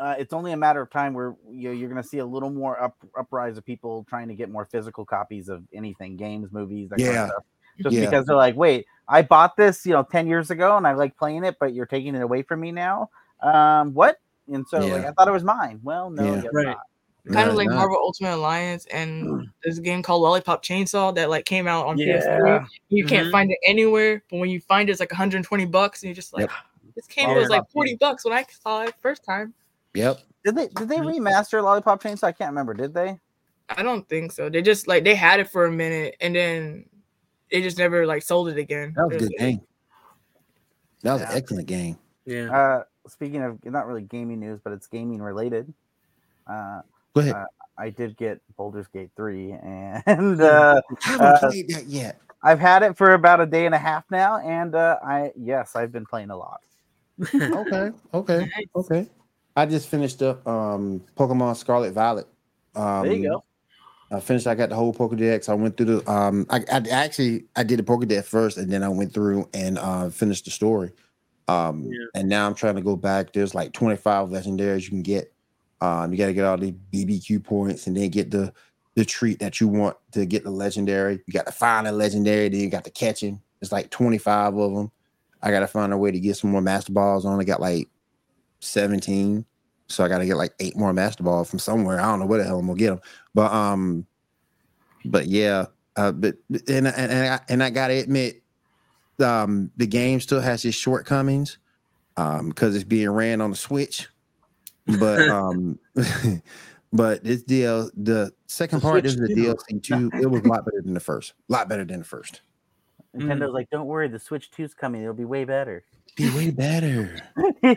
S4: uh, it's only a matter of time where you know, you're going to see a little more up uprise of people trying to get more physical copies of anything, games, movies, that kind
S2: Yeah.
S4: of stuff. Just
S2: Yeah.
S4: because they're like, wait, I bought this, you know, ten years ago, and I like playing it, but you're taking it away from me now. Um, what? And so, like,
S2: Yeah.
S4: I thought it was mine. Well, no,
S2: Yeah.
S4: you're
S3: Right.
S4: not.
S5: Kind of
S2: Nah,
S5: like
S2: nah.
S5: Marvel Ultimate Alliance and there's a game called Lollipop Chainsaw that like came out on PS3.
S3: Yeah.
S5: You can't
S3: Mhm.
S5: find it anywhere, but when you find it, it's like 120 bucks, and you're just like, this came it was like
S4: Lollipop
S5: 40 bucks when I saw it first time.
S2: Yep.
S4: Did they did they
S3: Mhm.
S2: Mm-hmm.
S4: remaster Lollipop Chainsaw? I can't remember. Did they?
S5: I don't think so. They just like they had it for a minute, and then they just never like sold it again.
S2: That was
S5: It
S2: a good game. That was
S4: Yeah.
S2: an excellent game.
S3: Yeah.
S4: Uh, speaking of not really gaming news, but it's gaming related. Uh,
S2: Go ahead.
S4: Uh, I did get Baldur's Gate 3 and uh,
S2: I haven't
S4: uh,
S2: played that yet.
S4: I've had it for about a day and a half now and uh, I yes, I've been playing a lot.
S2: Okay. Okay.
S5: Nice.
S2: Okay. I just finished up um Pokemon Scarlet Violet. Um,
S4: There you go.
S2: I finished. I got the whole Pokedex. I went through the. Um, I, I actually I did the Pokedex first, and then I went through and uh, finished the story. Um,
S3: Yeah.
S2: and now I'm trying to go back. There's like 25 legendaries you can get. Um, you got to get all the BBQ points, and then get the the treat that you want to get the legendary. You got to find a legendary, then you got to catch him. It's like 25 of them. I got to find a way to get some more master balls. I only got like 17, so I got to get like eight more master balls from somewhere. I don't know where the hell I'm gonna get them, but um, but yeah, uh, but but- and and and I, and I gotta admit, um, the game still has its shortcomings, um, because it's being ran on the Switch, but um, but this deal, the second
S4: The
S2: part
S4: Switch
S2: is the
S4: two.
S2: DLC two. It was a lot better than the first, a lot better than the first.
S4: Nintendo's like, don't worry, the Switch 2's coming, it'll be way better.
S2: Be way better,
S4: and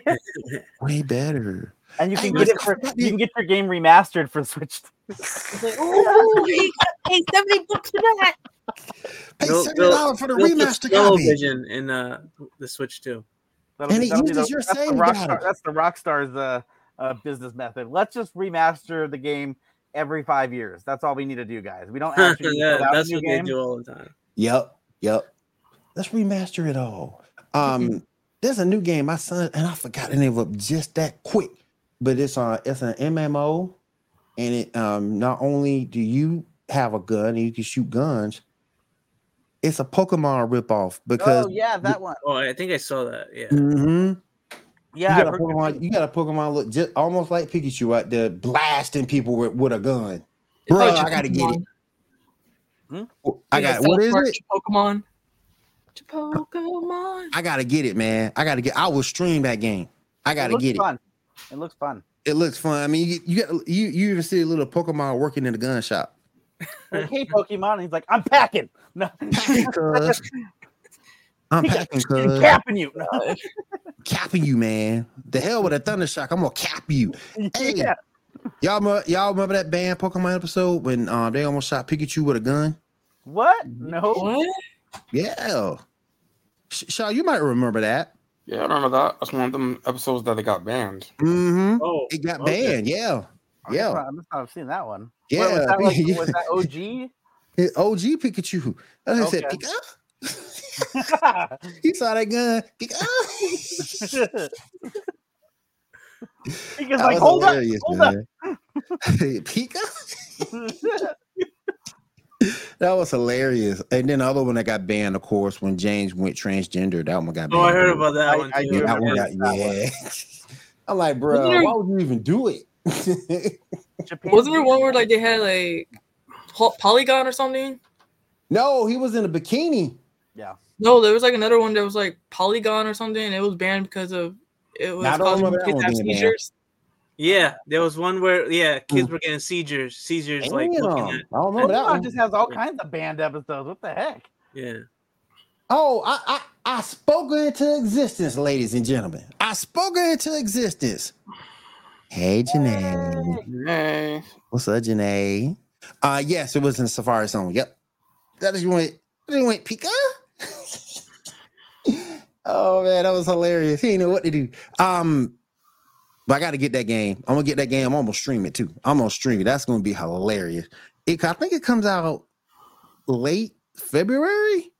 S2: way better.
S4: you
S2: Hey,
S4: can get
S2: Mr.
S4: it for
S2: Fuck
S4: you
S2: you.
S4: can get your game remastered for Switch 2.
S5: It's like, ooh, he paid 70 bucks for that.
S2: Pay
S3: They'll-
S2: seventy dollars for the remaster copy.
S3: television in uh, the Switch too.
S4: That'll
S2: And
S4: be-
S2: it
S4: that'll be
S2: uses
S4: the-
S2: your
S4: that's the
S2: save
S4: Rockstar-
S2: data.
S4: That's the Rockstar's uh, uh, business method. Let's just remaster the game every five years. That's all we need to do, guys. We don't actually need to
S3: yeah,
S4: put out a
S3: that's
S4: new Oh,
S3: what
S4: game.
S3: they do all the time.
S2: Yep, yep. Let's remaster it all. Um, there's a new game my son and I forgot the name of it just that quick, but it's uh it's an MMO, and it um not only do you have a gun and you can shoot guns, it's a Pokemon ripoff because
S4: Oh yeah, that one.
S3: Oh, I think I saw that. Yeah.
S2: Mhm.
S4: Yeah, I
S2: you got a
S4: heard-
S2: Pokemon, you got a Pokemon look just almost like Pikachu out there blasting people with, with a gun. Bro,
S5: it's
S2: I gotta get it.
S5: Pokemon.
S2: I
S5: Yeah,
S2: got
S5: South
S2: what is
S5: Park,
S2: it?
S5: Pokemon. Pokemon.
S2: I gotta get it, man. I gotta get. I will stream that game. I
S4: it
S2: gotta
S4: looks
S2: get it.
S4: fun. It looks fun.
S2: It looks fun. I mean, you you got, you, you even see a little Pokemon working in the gun shop.
S4: Like, hey Pokemon, and he's like, I'm packing. No,
S2: Packing, cuz. I'm packing,
S4: I'm
S2: cuz.
S4: capping you. No.
S2: Capping you, man. The hell with a thunder shock. I'm gonna cap you. Hey.
S4: Yeah.
S2: Y'all, remember, y'all remember that band Pokemon episode when um, they almost shot Pikachu with a gun?
S4: What?
S2: Mm-hmm.
S4: No.
S5: What?
S2: Yeah. Sh- Shaw, you might remember that.
S6: Yeah, I remember that. That's one of them episodes that they got banned.
S2: Mm-hmm.
S3: Oh,
S2: It got
S3: okay.
S2: banned. Yeah.
S4: I must
S2: Yeah.
S4: not- I must not have seen that one.
S2: Yeah,
S4: What, was, that like,
S2: yeah.
S4: was that
S2: His OG Pikachu. That's what he said.
S4: Okay.
S2: Pika.
S4: OG?
S2: he "Oh." saw that gun. Pika.
S4: Pika's
S2: That
S4: like,
S2: was
S4: hold up,
S2: hilarious,
S4: hold up.
S2: man. Pika. That was hilarious. And then the other one that got banned, of course, when James went transgender, that one got banned.
S3: Oh, I heard about that
S4: I-
S3: one.
S4: I
S3: too.
S2: Yeah,
S4: do
S2: that one
S4: remember
S2: got-
S4: that
S2: yeah. I'm like, bro,
S5: Wasn't there-
S2: why would you even do it?
S4: Japan
S5: Wasn't there one where like they had like po- polygon or something?
S2: no, he was in a bikini.
S5: No, there was like another one that was like polygon or something. And it was banned because of it was
S2: Nah, I don't
S5: causing
S2: remember that
S5: kids
S2: one
S5: to have
S2: being banned.
S5: seizures.
S3: Yeah, there was one where yeah, kids were getting seizures, seizures like
S2: Mm. Damn.
S3: looking at.
S2: I don't remember that
S4: Pokemon
S2: one.
S4: just has all kinds of banned episodes. What the heck?
S3: Yeah,
S2: Oh, I, I I spoke her into existence, ladies and gentlemen. I spoke her into existence. Hey, Janae.
S6: Yay.
S2: What's up, Janae? Uh yes, it was in Safari Zone. Yep. That is went that just went Pika. oh man, that was hilarious. He didn't know what to do. Um but I gotta get that game. I'm gonna get that game. I'm gonna stream it too. I'm gonna stream it. That's gonna be hilarious. It, I think it comes out late February.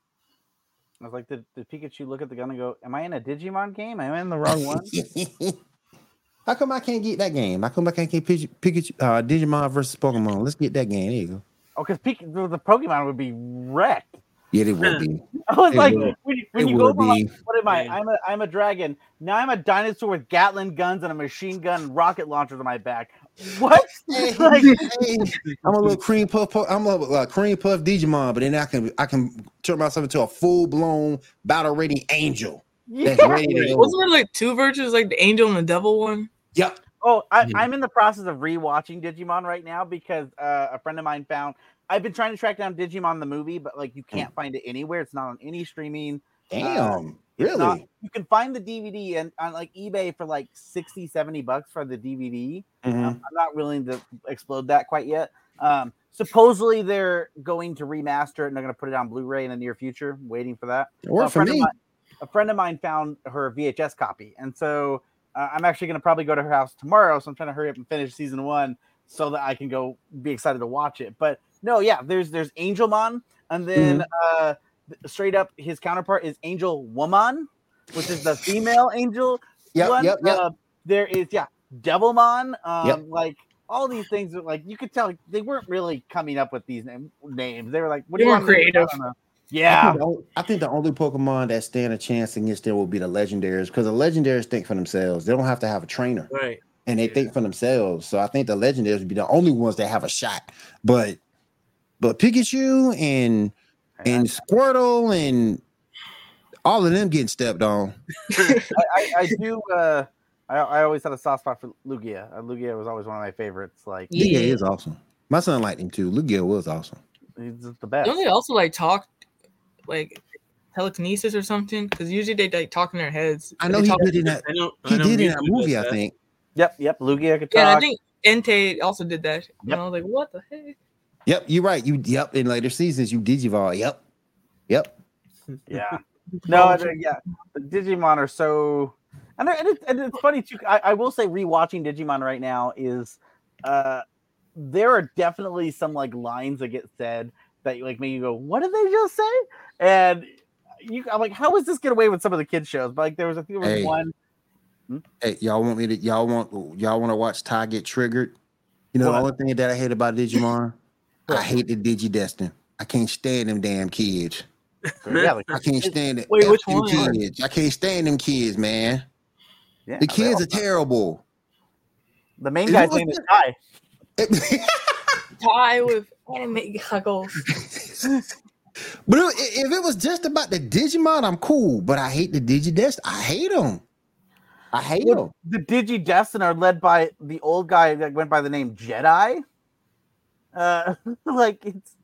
S4: I was like, did, did Pikachu look at the gun and go, Am I in a Digimon game? Am I in the wrong one?
S2: How come I can't get that game? How come I can't get Pikachu, Pikachu uh, Digimon versus Pokemon? Let's get that game. There you go.
S4: Oh, because the the Pokemon would be wrecked.
S2: Yeah, it will be.
S4: I was
S2: It
S4: like,
S2: will.
S4: when, you- when
S2: It
S4: you go
S2: will
S4: from like,
S2: be.
S4: what am I?
S3: Yeah.
S4: I'm a I'm a dragon. Now I'm a dinosaur with Gatlin guns and a machine gun and rocket launchers on my back. What?
S2: Hey,
S4: like,
S2: hey, I'm a little cream puff. puff I'm a little, uh, cream puff Digimon, but then I can I can turn myself into a full blown battle ready angel. That's
S4: yeah.
S2: ready to go.
S5: Wasn't there like two versions, like the angel and the devil one?
S2: Yep.
S4: Oh, I,
S6: Mhm.
S4: I'm in the process of rewatching Digimon right now because uh, a friend of mine found. I've been trying to track down Digimon the movie, but like you can't find it anywhere. It's not on any streaming.
S2: Damn.
S4: It's not-
S2: Really?
S4: you can find the DVD and on like eBay for like 60, 70 bucks for the DVD.
S2: Mhm.
S4: Um, I'm not willing to explode that quite yet. Um, supposedly they're going to remaster it and they're going to put it on Blu-ray in the near future. Waiting for that.
S2: It worked
S4: a
S2: for
S4: friend
S2: me.
S4: Of mine, a friend of mine found her VHS copy, and so uh, I'm actually going to probably go to her house tomorrow. So I'm trying to hurry up and finish season one so that I can go be excited to watch it. But no, yeah, there's there's Angelmon, and then
S2: Mm-hmm.
S4: uh, th- straight up his counterpart is Angel Woman, which is the female angel.
S2: Yep.
S4: one.
S2: Yep. Yep.
S4: Uh, there is yeah, Devilmon. Um,
S2: Yep.
S4: like. All these things that, like, you could tell they weren't really coming up with these name- names. They were like, "What
S5: They
S4: do you
S5: weren't
S4: want?" me to do? I
S5: creative.
S4: don't know.
S2: I
S4: Yeah,
S2: think the only- I think the only Pokemon that stand a chance against there will be the legendaries because the legendaries think for themselves. They don't have to have a trainer
S3: right.
S2: and they think for themselves. So I think the legendaries would be the only ones that have a shot. But but Pikachu and and Squirtle and all of them getting stepped on.
S4: I, I do. Uh, I, I always had a soft spot for Lugia. Uh, Lugia was always one of my favorites. Like
S5: Yeah.
S2: Lugia is awesome. My son liked him too. Lugia was awesome.
S4: he's just the best.
S5: Don't they also like talk like telekinesis or something? Because usually they like talk in their heads.
S2: I know
S5: They
S2: he
S5: talk-
S2: did in that.
S3: I know. I
S2: He
S3: know
S2: did in
S3: Mewtwo
S2: that
S3: does
S2: movie, I think.
S4: Yep, yep. Lugia could talk.
S5: Yeah, I think Entei also did that. And
S4: Yep.
S5: I was like, what the heck?
S2: Yep, you're right. You yep. In later seasons, you Digivolve. Yep, yep.
S4: yeah. No, I think, yeah. The Digimon are so, and, they're- and, it, and it's funny too. I, I will say, rewatching Digimon right now is, uh, there are definitely some like lines that get said that like make you go, "What did they just say?" And you, I'm like, "How is this get away with some of the kids shows?" But like, there was I think there was
S2: Hey.
S4: one.
S2: Hey, y'all want me to? Y'all want y'all want to watch Ty get triggered? You know, the only
S4: What?
S2: thing that I hate about Digimon, I
S4: What?
S2: hate the Digidestin. I can't stand them damn kids.
S4: Yeah, like,
S2: I can't stand it.
S5: Wait, which
S2: them
S5: one?
S2: Kids. I can't stand them kids, man.
S4: yeah,
S2: The
S4: they're
S2: kids
S4: all-
S2: are terrible.
S4: The main
S2: Is
S4: guy's
S2: it
S4: name
S2: like
S4: is Ty.
S5: Tie with anime goggles.
S2: But if- if it was just about the Digimon, I'm cool. But I hate the Digidest. I hate them. I hate
S4: What-
S2: them.
S4: The Digi Destin are led by the old guy that went by the name Jedi. Uh, like it's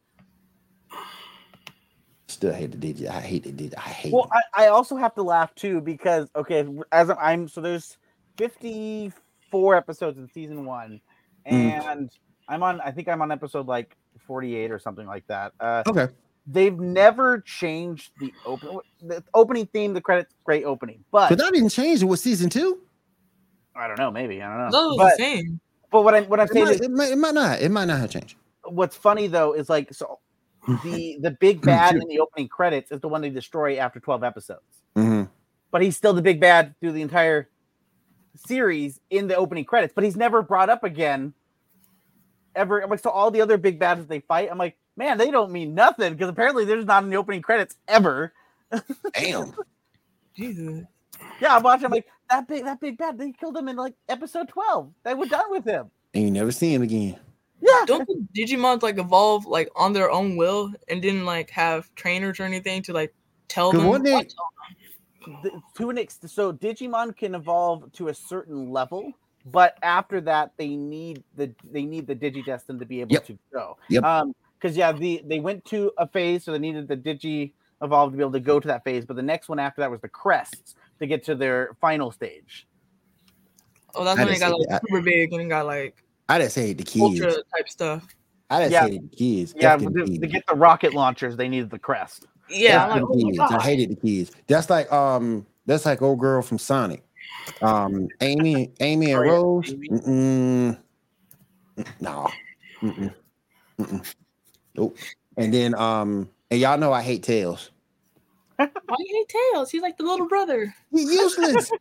S2: Still hate the Digi. I hate the Digi. I hate.
S4: well,
S2: them.
S4: I, I also have to laugh too because okay, as I'm, I'm so there's 54 episodes in season one,
S2: Mm.
S4: and I'm on I think I'm on episode like 48 or something like that. Uh,
S2: okay.
S4: they've never changed the open the opening theme, the credits, great opening, but
S2: But that didn't change it with season two.
S4: I don't know, maybe I
S5: I
S4: don't know,
S5: thought it was
S4: but
S5: the same.
S4: But what I'm what I'm
S2: It
S4: saying
S2: might,
S4: is
S2: it, might, it might not. It might not have changed.
S4: what's funny though is like so the the big bad in the opening credits is the one they destroy after 12 episodes
S2: hmm
S4: but he's still the big bad through the entire series in the opening credits but he's never brought up again ever I'm like so all the other big bads that they fight i'm like man they don't mean nothing because apparently they're just not in the opening credits ever
S2: Damn.
S5: Jesus.
S4: yeah i'm watching i'm like that big that big bad they killed him in like episode 12 they were done with him
S2: And you never see him again.
S4: yeah
S5: Don't the Digimons like evolve like on their own will and didn't like have trainers or anything to like tell
S2: Good
S5: them?
S2: one,
S5: what
S2: Nick.
S5: to-
S4: the, to an extent so digimon can evolve to a certain level but after that they need the they need the digidestin to be able
S2: Yep.
S4: to go
S2: Yep.
S4: um because yeah the they went to a phase so they needed the digi evolve to be able to go to that phase but the next one after that was the crests to get to their final stage
S5: Oh, that's
S2: I
S5: when they
S2: didn't
S5: got
S2: see
S5: like
S2: that.
S5: super big and got like
S2: I just hate the kids.
S5: ultra type stuff.
S2: I just
S4: Yeah.
S2: hated the kids.
S4: yeah
S2: F them
S4: to,
S2: kids.
S4: to get the rocket launchers they needed the crest
S5: Yeah,
S2: F them
S5: I'm like, oh my
S2: kids. I
S5: god.
S2: hated the kids. That's like um, that's like old girl from Sonic. Um, Amy, Amy and
S4: Oh, yeah,
S2: Rose.
S4: Amy.
S2: Mm-mm. Mm, No. Mm-mm. Mm-mm. Nope. And then um, and y'all know I hate tails.
S5: Why do you hate Tails? He's like the little brother.
S2: He's useless.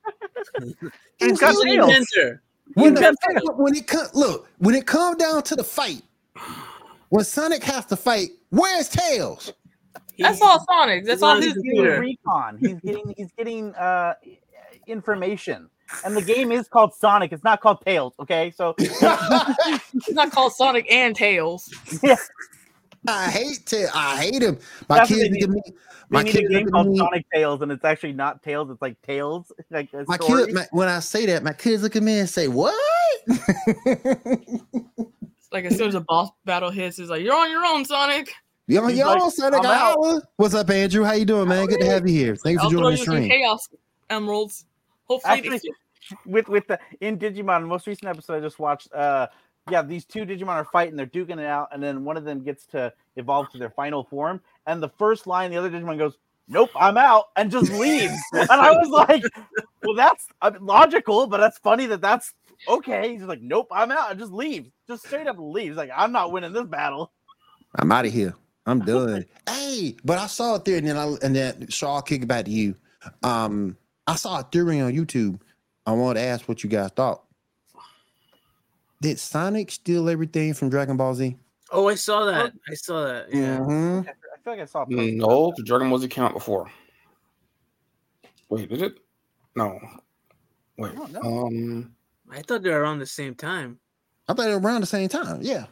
S4: He's got
S3: He's an
S4: tails.
S3: inventor.
S2: When,
S3: He's
S2: the,
S3: got tails.
S2: when it comes, look, when it comes down to the fight, when Sonic has to fight, where's Tails?
S5: That's all Sonic. That's
S3: he's
S5: all
S3: on
S5: his.
S3: his
S4: getting
S3: Computer.
S4: recon he's getting he's getting uh information and the game is called sonic it's not called tails okay so
S2: I
S5: He's not called Sonic and Tails.
S2: hate Tails. I hate him. My
S4: That's what
S2: kids
S4: they
S2: look at me.
S4: They
S2: My
S4: need a
S2: kids
S4: game
S2: look at
S4: called
S2: me.
S4: Sonic Tails, and it's actually not Tails. It's like Tails. Like a
S2: My
S4: story.
S2: kid, my, when I say that, my kids look at me and say, "What?"
S5: Like as soon as a boss battle hits, he's like, "You're on your own, Sonic."
S2: yo,
S4: He's
S2: yo,
S4: like,
S2: Sonic
S4: "I'm out."
S2: Hour. What's up, Andrew? How you doing, man? Good to have you here. Thanks
S5: I'll
S2: for
S5: throw
S2: joining the
S5: you some
S2: stream.
S5: chaos emeralds. Hopefully, they
S4: Actually-
S5: still-
S4: with with the in Digimon most recent episode I just watched. Uh, yeah, these two Digimon are fighting. They're duking it out, and then one of them gets to evolve to their final form. And the first line, the other Digimon goes, "Nope, I'm out," and just leaves. and I was like, "Well, that's uh, logical, but that's funny that that's okay." He's like, "Nope, I'm out," and just leaves. Just straight up leaves. Like, I'm not winning this battle.
S2: I'm out of here. I'm done. hey, but I saw it there, and then I and then Shaw kick it back to you. Um, I saw a theory on YouTube. I wanted to ask what you guys thought. Did Sonic steal everything from Dragon Ball Z?
S3: Oh, I saw that. I saw that. Yeah.
S2: Mhm.
S4: I feel like I saw. a post about
S6: No,
S4: that.
S6: the Dragon Ball Z came out before. Wait, did it? No. Wait.
S4: No, no.
S6: Um.
S3: I thought they were around the same time.
S2: I thought they were around the same time. Yeah.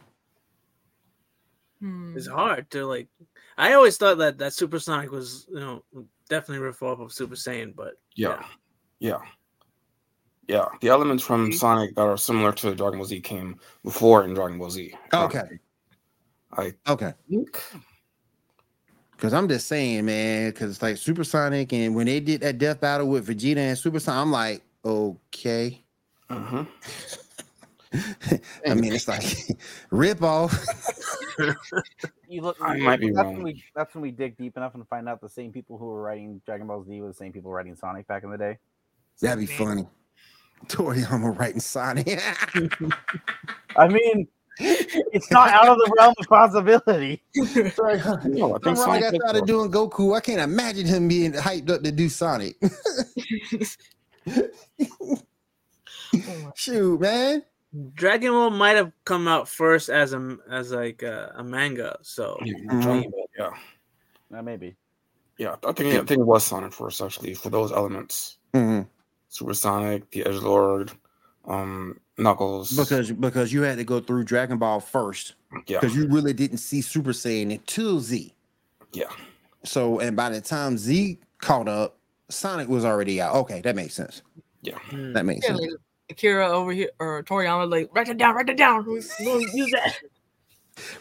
S5: Hmm.
S3: It's hard to like. I always thought that that Supersonic was, you know, definitely riff off of Super Saiyan, but
S6: Yeah. Yeah. Yeah. The elements from Sonic that are similar to Dragon Ball Z came before in Dragon Ball Z.
S2: Okay.
S6: I
S2: Okay.
S6: think.
S2: Cause I'm just saying, man. Cause it's like Supersonic, and when they did that death battle with Vegeta and Supersonic, I'm like, okay.
S6: Mhm.
S2: I mean, it's like rip off.
S4: you look.
S6: I
S4: you-
S6: might be
S4: that's
S6: wrong.
S4: When we, that's when we dig deep enough and find out the same people who were writing Dragon Ball Z were the same people writing Sonic back in the day.
S2: That'd be funny. Toriyama writing Sonic.
S4: I mean, it's not out of the realm of possibility.
S2: Toriyama
S6: No, I think
S2: I
S6: Sonic.
S2: got
S6: did
S2: started
S6: work.
S2: doing Goku. I can't imagine him being hyped up to do Sonic.
S5: Hmm.
S2: Shoot, man.
S3: Dragon Ball might have come out first as a as like a, a manga. So
S6: Yeah,
S2: Mhm.
S6: Dragon Ball, yeah.
S4: Uh, maybe.
S6: Yeah, I think I think it was Sonic first actually for those elements.
S2: Mhm.
S6: Supersonic, the Edge Lord, um, Knuckles.
S2: Because because you had to go through Dragon Ball first.
S6: yeah,
S2: Because you really didn't see Super Saiyan until Z.
S6: yeah,
S2: So and by the time Z caught up, Sonic was already out. Okay, that makes sense.
S3: hmm.
S2: That makes
S5: Yeah,
S2: sense.
S5: like, Akira over here or Toriyama like write that down, write that down. We- We'll use that.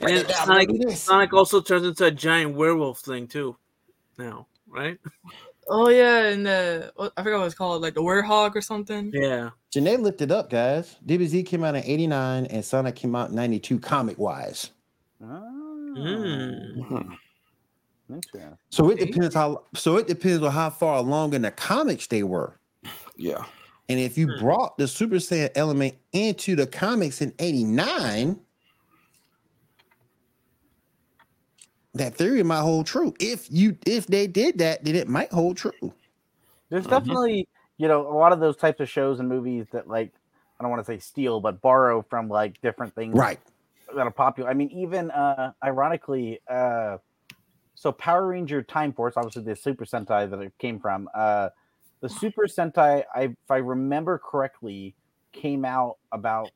S3: and then
S2: Right now,
S3: Sonic,
S2: look at this.
S3: Sonic also turns into a giant werewolf thing too. Now, right?
S5: Oh yeah, and the what- I forgot what it's called, like the werehog or something.
S3: Yeah.
S2: Janae looked it up, guys. DBZ came out in 89 and Sonic came out in 92 comic wise.
S4: Oh,
S3: Mm.
S6: Mhm.
S4: Ah, interesting.
S2: So it
S5: Okay.
S2: depends how so it depends on how far along in the comics they were.
S6: yeah.
S2: And if you brought the Super Saiyan element into the comics in 89, that theory might hold true. If you if they did that, then it might hold true.
S4: There's
S6: Mhm.
S4: definitely, you know, a lot of those types of shows and movies that like I don't want to say steal, but borrow from like different things
S2: Right.
S4: that are popular. I mean, even uh ironically, uh so Power Ranger Time Force, obviously the Super Sentai that it came from, uh the Super Sentai, I if I remember correctly, came out about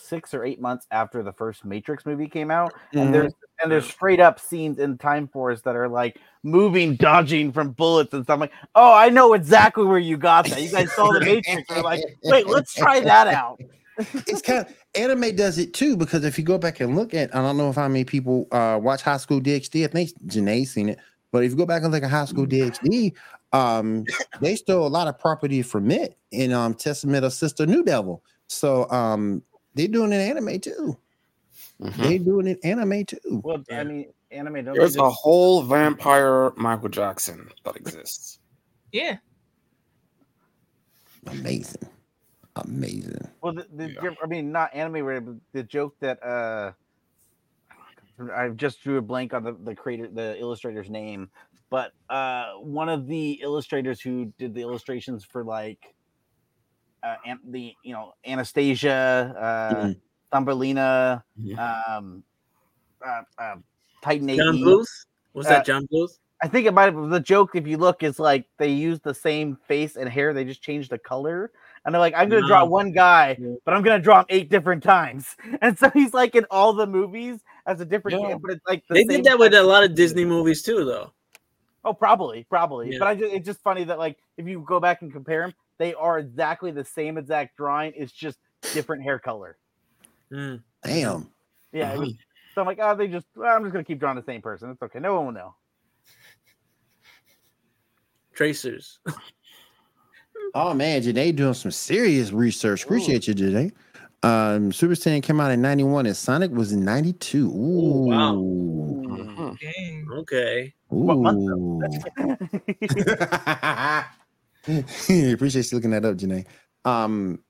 S4: six or eight months after the first Matrix movie came out.
S2: Mm-hmm.
S4: And there's and there's straight up scenes in Time Force that are like moving, dodging from bullets and stuff. Like, oh, I know exactly where you got that. You guys saw the Matrix. You're like, wait, let's try that out.
S2: it's kind of anime does it too because if you go back and look at I don't know if how many people uh watch High School DxD. I think Janae's seen it, but if you go back and look at High School DxD, um, they stole a lot of property from it in um Testament of Sister New Devil. So um, they're doing it anime too.
S6: Mhm.
S2: They're doing it anime too.
S4: Well,
S3: Yeah.
S4: I mean, anime don't
S6: There's
S4: exist.
S6: a whole vampire Michael Jackson that exists.
S5: Yeah.
S2: Amazing, amazing.
S4: Well, the, the,
S6: Yeah.
S4: I mean, not anime related, but the joke that uh, I just drew a blank on the, the creator, the illustrator's name, but uh, one of the illustrators who did the illustrations for like uh, An- the you know Anastasia, uh,
S2: Mhm.
S4: Thumbelina,
S6: Mhm.
S4: um, uh, uh, Titan AE.
S3: John Bluth? Was
S4: Uh,
S3: that John Bluth?
S4: I think it might have the joke. If you look, is like they use the same face and hair, they just change the color. And they're like, I'm gonna draw
S3: No.
S4: one guy,
S3: Yeah.
S4: but I'm gonna draw him eight different times. And so he's like in all the movies as a different,
S6: Yeah.
S4: kid, but it's like the
S3: They
S4: same
S3: did that with
S4: guy.
S3: a lot of Disney movies too, though.
S4: Oh, probably, probably.
S3: Yeah.
S4: But I just, it's just funny that like if you go back and compare them, they are exactly the same exact drawing. It's just different hair color.
S3: Mm.
S2: Damn.
S4: Yeah. it was- so I'm like, oh, they just. well, I'm just gonna keep drawing the same person. It's okay. No one will know.
S3: Tracers.
S2: Oh man, Janae doing some serious research. Appreciate you, Janae. Um, Super Saiyan came out in 91 and Sonic was in 92.
S3: Ooh, wow.
S2: Ooh.
S6: Mhm.
S5: Dang.
S3: Okay.
S4: What month,
S2: Ooh. Appreciate you looking that up, Janae. Um,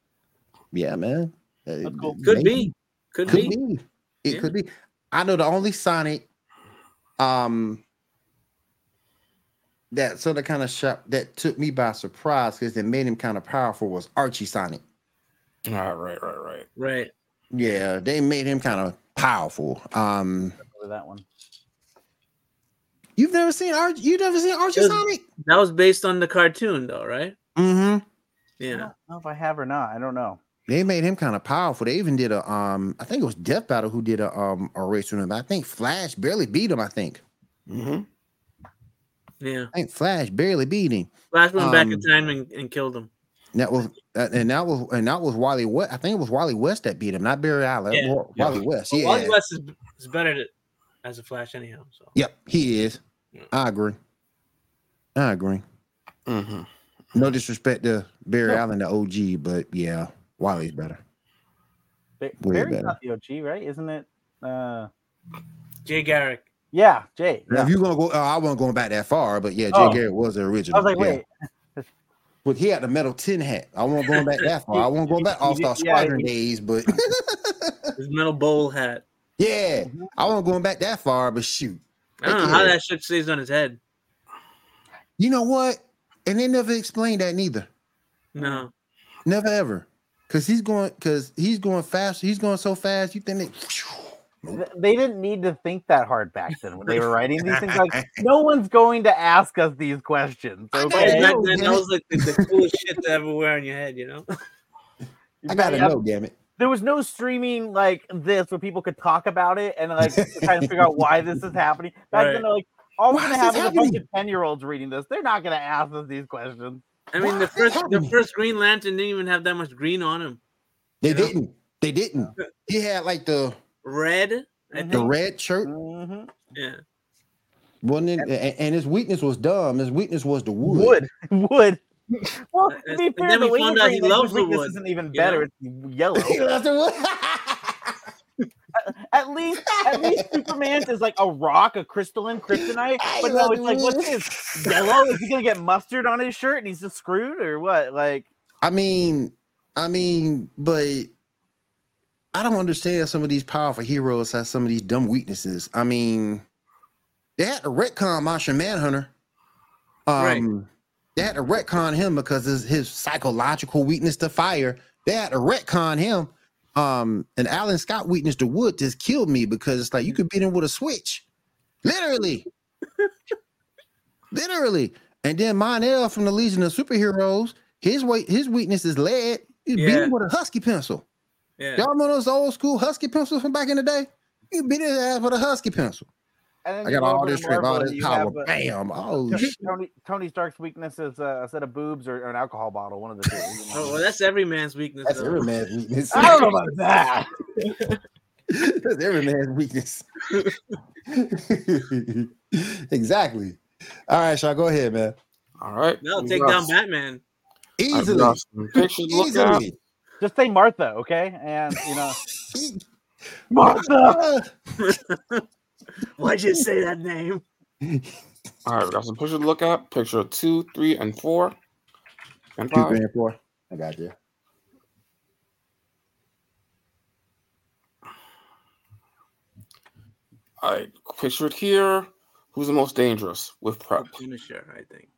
S2: yeah, man. Uh,
S4: That's cool.
S3: Could
S2: maybe.
S3: be. Could,
S2: Could
S3: be.
S2: be. It
S3: Yeah.
S2: could be. I know the only Sonic um that sort of kind of shop that took me by surprise because it made him kind of powerful was Archie Sonic.
S6: All right, right, right.
S3: Right.
S2: Yeah, they made him kind of powerful. Um,
S4: that one.
S2: you've never seen Archie. You've never seen Archie
S3: Yes.
S2: Sonic.
S3: That was based on the cartoon, though, right?
S2: Mm-hmm.
S4: I
S3: Yeah.
S4: don't know if I have or not. I don't know.
S2: They made him kind of powerful. They even did a um, I think it was Death Battle who did a um a race with him. I think Flash barely beat him. I think
S6: Mm-hmm.
S3: Yeah.
S2: I think Flash barely beat him.
S3: Flash went back in
S2: Um,
S3: time and, and killed him.
S2: That was uh, and that was and that was Wally West. I think it was Wally West that beat him, not Barry Allen.
S3: Yeah.
S2: Wa-
S6: Yeah.
S2: Wally West.
S3: But
S2: Yeah.
S3: Wally West is, is better to, as a Flash, anyhow. So
S2: Yep, he is. I agree. I agree.
S6: Mm-hmm.
S2: No disrespect to Barry
S4: No.
S2: Allen, the OG, but yeah, Wally's better.
S4: Ba-
S2: Way
S4: Barry's
S2: better.
S4: not the OG, right? Isn't it? Uh,
S3: Jay Garrick.
S4: yeah, Jay.
S2: Now, if you're gonna go, uh, I wasn't going back that far, but yeah, Jay
S4: Oh.
S2: Garrett was the original.
S4: I was like,
S2: yeah.
S4: wait,
S2: But he had the metal tin hat. I won't go back that far. I won't go back
S4: You- you-
S2: All Star
S4: yeah,
S2: Squadron
S4: you-
S2: days, but
S3: His metal bowl hat.
S2: yeah, I won't go back that far. But shoot,
S3: I don't know how that shit stays on his head.
S2: you know what? And they never explained that neither.
S3: No.
S2: Never ever, because he's going, because he's going fast. He's going so fast. You think
S4: th- they didn't need to think that hard back then when they were writing these things. Like, no one's going to ask us these questions.
S2: I
S3: Back
S2: gotta
S4: Okay?
S2: know.
S3: then, that was like the, the coolest shit to ever wear on your head, you know?
S2: I gotta
S4: Yeah,
S2: know, damn it.
S4: There was no streaming like this where people could talk about it and like try to figure out why this is happening. Back
S3: Right.
S4: then, they're like, all we're
S2: Why
S4: gonna
S2: is this
S4: have is a bunch
S2: happening?
S4: of ten-year-olds reading this. They're not gonna ask us these questions.
S3: I mean, the
S2: What?
S3: first the
S2: Happening.
S3: first Green Lantern didn't even have that much green on him.
S2: They
S3: You know?
S2: didn't. They didn't. He had like the
S3: Red, I
S4: Mhm.
S2: the
S3: think.
S2: red shirt.
S4: Mhm.
S3: Yeah.
S2: Wasn't it? A- And his weakness was dumb. His weakness was the wood.
S4: Wood, wood. Well, to
S3: And
S4: be fair,
S3: then
S4: the
S3: we
S4: way you
S3: found out
S4: bring
S3: he
S4: this
S3: loves the
S4: weakness
S3: wood,
S4: isn't even
S3: you know?
S4: better. It's yellow.
S2: He left the wood.
S4: At least, at least Superman's is like a rock, a crystalline kryptonite.
S2: I
S4: But no,
S2: love
S4: it's like, what's this? Yellow? Is he gonna get mustard on his shirt and he's just screwed or what? Like,
S2: I mean, I mean, but I don't understand some of these powerful heroes have some of these dumb weaknesses. I mean, they had to retcon Martian Manhunter. Um,
S3: Right.
S2: They had to retcon him because his, his psychological weakness to fire. They had to retcon him. Um, and Alan Scott weakness to wood just killed me because it's like you could beat him with a switch, literally, literally. And then Monel from the Legion of Superheroes, his weight, his weakness is lead. You beat
S3: Yeah.
S2: him with a husky pencil.
S3: Yeah.
S2: Y'all remember those old school husky pencils from back in the day? You beat his ass with a husky pencil.
S4: And then
S2: I
S4: you
S2: got
S4: go
S2: all
S4: over to
S2: this trip, all
S4: Marvel,
S2: this
S4: you
S2: power.
S4: have, uh,
S2: Bam! Oh
S4: Tony-
S2: shit!
S4: Tony Tony Stark's weakness is uh, a set of boobs or, or an alcohol bottle. One of the two. you know.
S3: Oh, well, that's every man's weakness.
S2: That's
S3: though.
S2: every man's weakness.
S4: I don't know about that.
S2: That's every man's weakness. exactly. All right, Shaw, go ahead, man.
S6: All right.
S3: That'll
S6: we
S3: take
S6: got
S3: down
S6: s-
S3: Batman.
S6: I've
S2: Easily,
S6: got some pictures to look at.
S2: easily.
S4: Just say Martha, okay? And you know,
S2: E-
S4: Martha.
S3: Why'd you say that name?
S6: All right, we got some pictures to look at. Picture two, three, and four. And
S2: Two,
S6: five.
S2: three, and four. I got you.
S6: All right, picture it here. Who's the most dangerous with prep?
S3: Punisher, I think.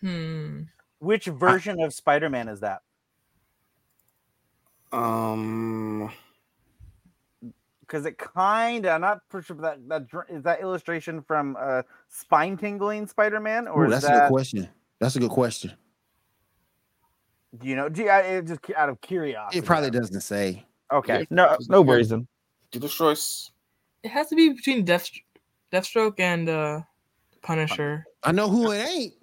S5: Hmm.
S4: Which version of Spider-Man is that?
S6: Um,
S4: Because it kind of. I'm not for sure. but That that dr- is that illustration from uh, spine tingling Spider-Man, or
S2: Ooh,
S4: is
S2: that's a
S4: that?
S2: good question. That's a good question.
S4: Do you know? Do you, I, it just cu- out of curiosity.
S2: It probably doesn't say.
S4: Okay.
S6: Yeah.
S4: No,
S6: Just
S4: no
S6: like-
S4: worries. Then.
S6: do the choice.
S5: It has to be between Death, Deathstroke and uh, Punisher.
S2: I know who it ain't.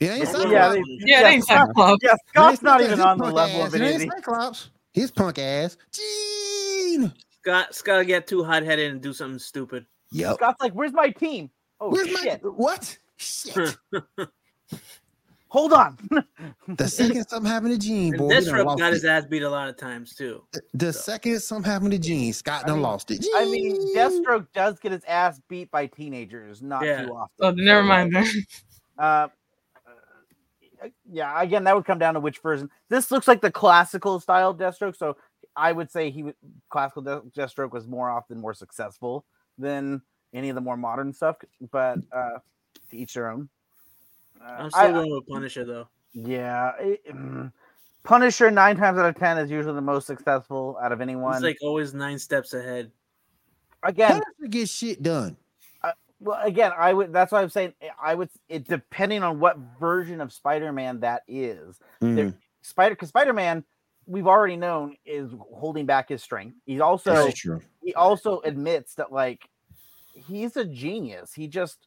S2: It ain't
S3: Yeah,
S2: Cyclops.
S4: Yeah, they,
S5: Yeah, they ain't
S4: Scott-
S5: Cyclops.
S4: yeah,
S2: It ain't
S4: Scott's not
S2: Cyclops.
S4: even
S2: His
S4: on the
S2: punk
S4: level
S2: ass.
S4: of
S2: It
S4: it,
S2: ain't
S4: is he?
S2: Cyclops. His punk ass. Gene.
S3: Scott Scott get too hot headed and do something stupid.
S2: Yep.
S4: Scott's like, "Where's my team? Oh
S2: Where's
S4: shit!
S2: my what? Shit.
S4: Hold on."
S2: the second something happened to Gene, boy,
S3: And
S2: we done
S3: Deathstroke
S2: lost
S3: got
S2: it.
S3: his ass beat a lot of times too.
S2: The second something happened to Gene, Scott
S4: I
S2: done
S4: mean-
S2: lost it.
S4: I mean,
S2: Gene.
S4: Deathstroke does get his ass beat by teenagers not
S3: Yeah.
S4: too often.
S5: Oh, never
S4: so,
S5: mind then.
S4: Uh, uh, yeah, again, that would come down to which version. This looks like the classical style Deathstroke, so I would say he was classical Death, Deathstroke was more often more successful than any of the more modern stuff. But uh, to each their own. Uh,
S3: I'm
S4: I-
S3: still going with Punisher though.
S4: yeah, it- mm. Punisher nine times out of ten is usually the most successful out of anyone.
S3: He's like always nine steps ahead.
S4: again,
S2: Punisher get shit done.
S4: Well, again, I would. That's why I'm saying I would. It depending on what version of Spider-Man that is.
S2: Mm,
S4: Spider, because Spider-Man, we've already known is holding back his strength. He's also
S2: that's true.
S4: he also admits that like he's a genius. He just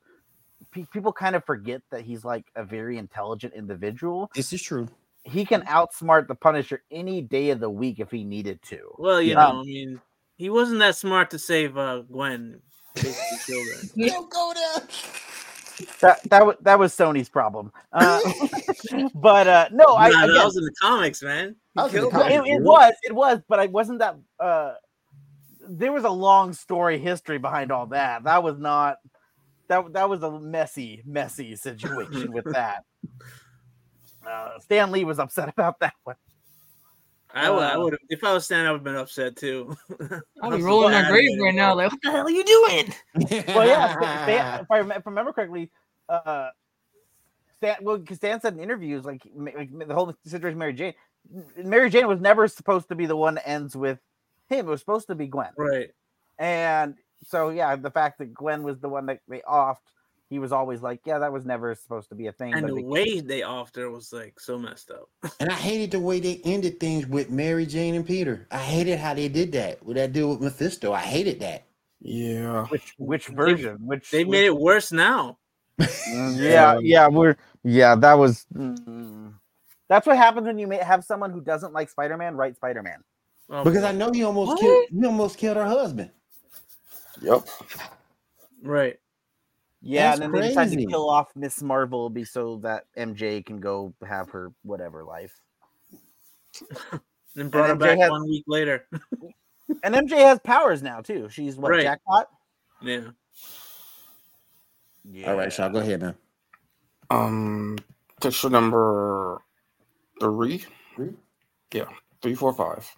S4: pe- people kind of forget that he's like a very intelligent individual.
S2: This is true.
S4: He can outsmart the Punisher any day of the week if he needed to.
S3: Well, you
S4: Yeah.
S3: know, I mean, he wasn't that smart to save uh, Gwen. Basically killed her.
S2: Don't go there.
S4: That that was that was Sony's problem. Uh, but uh
S2: Oh,
S4: no, I
S3: Nah,
S4: again-
S3: that was in the comics, man. He
S2: That was in the
S3: killed
S2: comics.
S3: her.
S4: it,
S2: Probably.
S4: it was it was but i wasn't that uh there was a long story history behind all that that was not that that was a messy messy situation with that uh, stan lee was upset about that one
S3: I would, I
S4: Uh,
S3: would, if I was Stan, I would have been upset too.
S5: I'll
S3: I'm
S5: be rolling in
S3: glad
S5: our
S3: I
S5: grave
S3: did it.
S5: right now. Like, what the hell are you doing?
S4: well yeah Stan- Stan- if, I remember, if i remember correctly uh stan well 'cause stan said in interviews like, ma- like the whole situation with mary jane mary jane was never supposed to be the one that ends with him it was supposed to be gwen
S3: Right.
S4: And so, yeah, the fact that Glenn was the one that they offed, he was always like, yeah, that was never supposed to be a thing.
S3: And
S4: but
S3: the
S4: be-
S3: way they offed her was like so messed up.
S2: and I hated the way they ended things with Mary Jane and Peter. I hated how they did that with that dude with Mephisto. I hated that.
S6: Yeah.
S4: which which version? which Mm,
S3: They made it worse now.
S4: Yeah, yeah, we're yeah. That was. Mm. That's what happens when you may have someone who doesn't like Spider-Man write Spider-Man.
S3: Oh,
S2: Because I know he almost
S5: What?
S2: killed he almost killed her husband.
S6: Yep.
S3: right.
S4: Yeah,
S2: That's
S4: and then they decide to
S2: crazy.
S4: kill off Miss Marvel be so that MJ can go have her whatever life.
S3: And brought her
S4: And MJ
S3: back
S4: had-
S3: one week later.
S4: And MJ has powers now too. She's what
S3: Right.
S4: jackpot.
S3: Yeah.
S4: Yeah.
S2: All right, Shaw, go ahead now.
S6: Um, picture number Three.
S2: Three?
S6: Yeah. Three, four, five.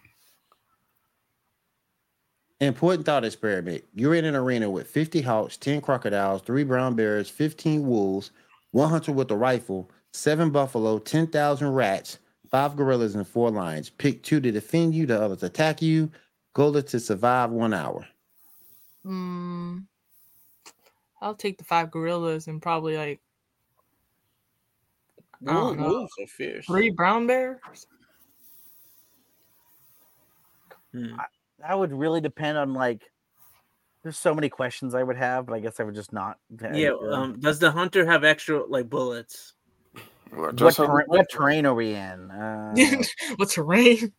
S2: Important thought experiment. You're in an arena with 50 hawks, 10 crocodiles, 3 brown bears, 15 wolves, 100 with a rifle, 7 buffalo, 10,000 rats, 5 gorillas, and 4 lions. Pick 2 to defend you, the others attack you. Goal is to survive 1 hour.
S5: Hmm. I'll take the five gorillas and probably like I don't know.
S3: Wolves are fierce.
S5: three brown bears.
S3: Hmm.
S4: That would really depend on like. There's so many questions I would have, but I guess I would just not.
S3: Yeah. Um, does the hunter have extra like bullets?
S6: Well,
S4: what,
S6: Just
S4: terrain, what terrain are we in? Uh,
S5: What's terrain?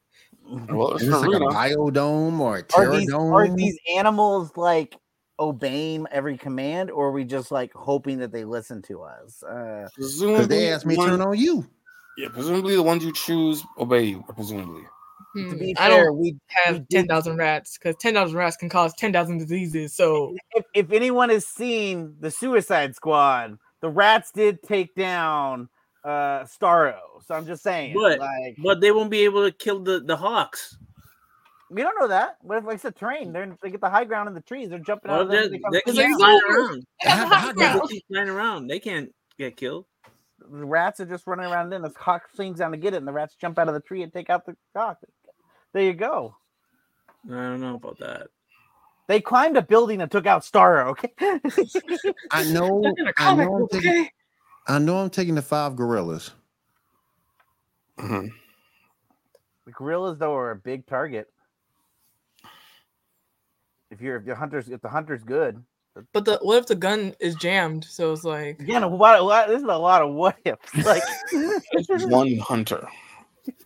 S6: well, it's
S2: Is this like a
S6: arena.
S2: biodome or a
S4: are these
S2: pterodome?
S4: are these animals like obeying every command, or are we just like hoping that they listen to us? Uh,
S6: Presumably,
S2: 'Cause they asked me to
S6: one-
S2: turn on you.
S6: Yeah, presumably the ones you choose obey you. Presumably.
S4: to
S5: Hmm,
S4: be
S5: I
S4: fair,
S5: don't
S4: we we
S5: have
S4: did-
S5: ten thousand rats because ten thousand rats can cause ten thousand diseases. So
S4: if, if anyone has seen the Suicide Squad, the rats did take down uh Starro. So I'm just saying,
S3: But-
S4: like
S3: But they won't be able to kill the the hawks.
S4: we don't know that. What if like it's a train? They're they get the high ground in the trees. They're jumping
S3: Well,
S4: out of them.
S3: they,
S4: and
S3: they
S4: They
S3: can
S4: come
S5: Yeah.
S3: keep
S4: down.
S3: flying around.
S2: How- how
S3: They
S2: does-
S3: can keep flying around. They can't get killed.
S4: the rats are just running around in. The cock swings down to get it, and the rats jump out of the tree and take out the cock. There you go.
S3: I don't know about that.
S4: They climbed a building and took out Starro. Okay.
S2: I know,
S5: They're in a
S2: I,
S5: comic
S2: know I'm
S5: book,
S2: taking,
S5: okay?
S2: I know I'm taking the five gorillas.
S6: Mhm.
S4: the gorillas though are a big target. If you're if your hunters if the hunter's good.
S5: But the what if the gun is jammed? So it's like
S4: Again, a lot, a lot, this is a lot of what ifs. Like,
S6: One hunter.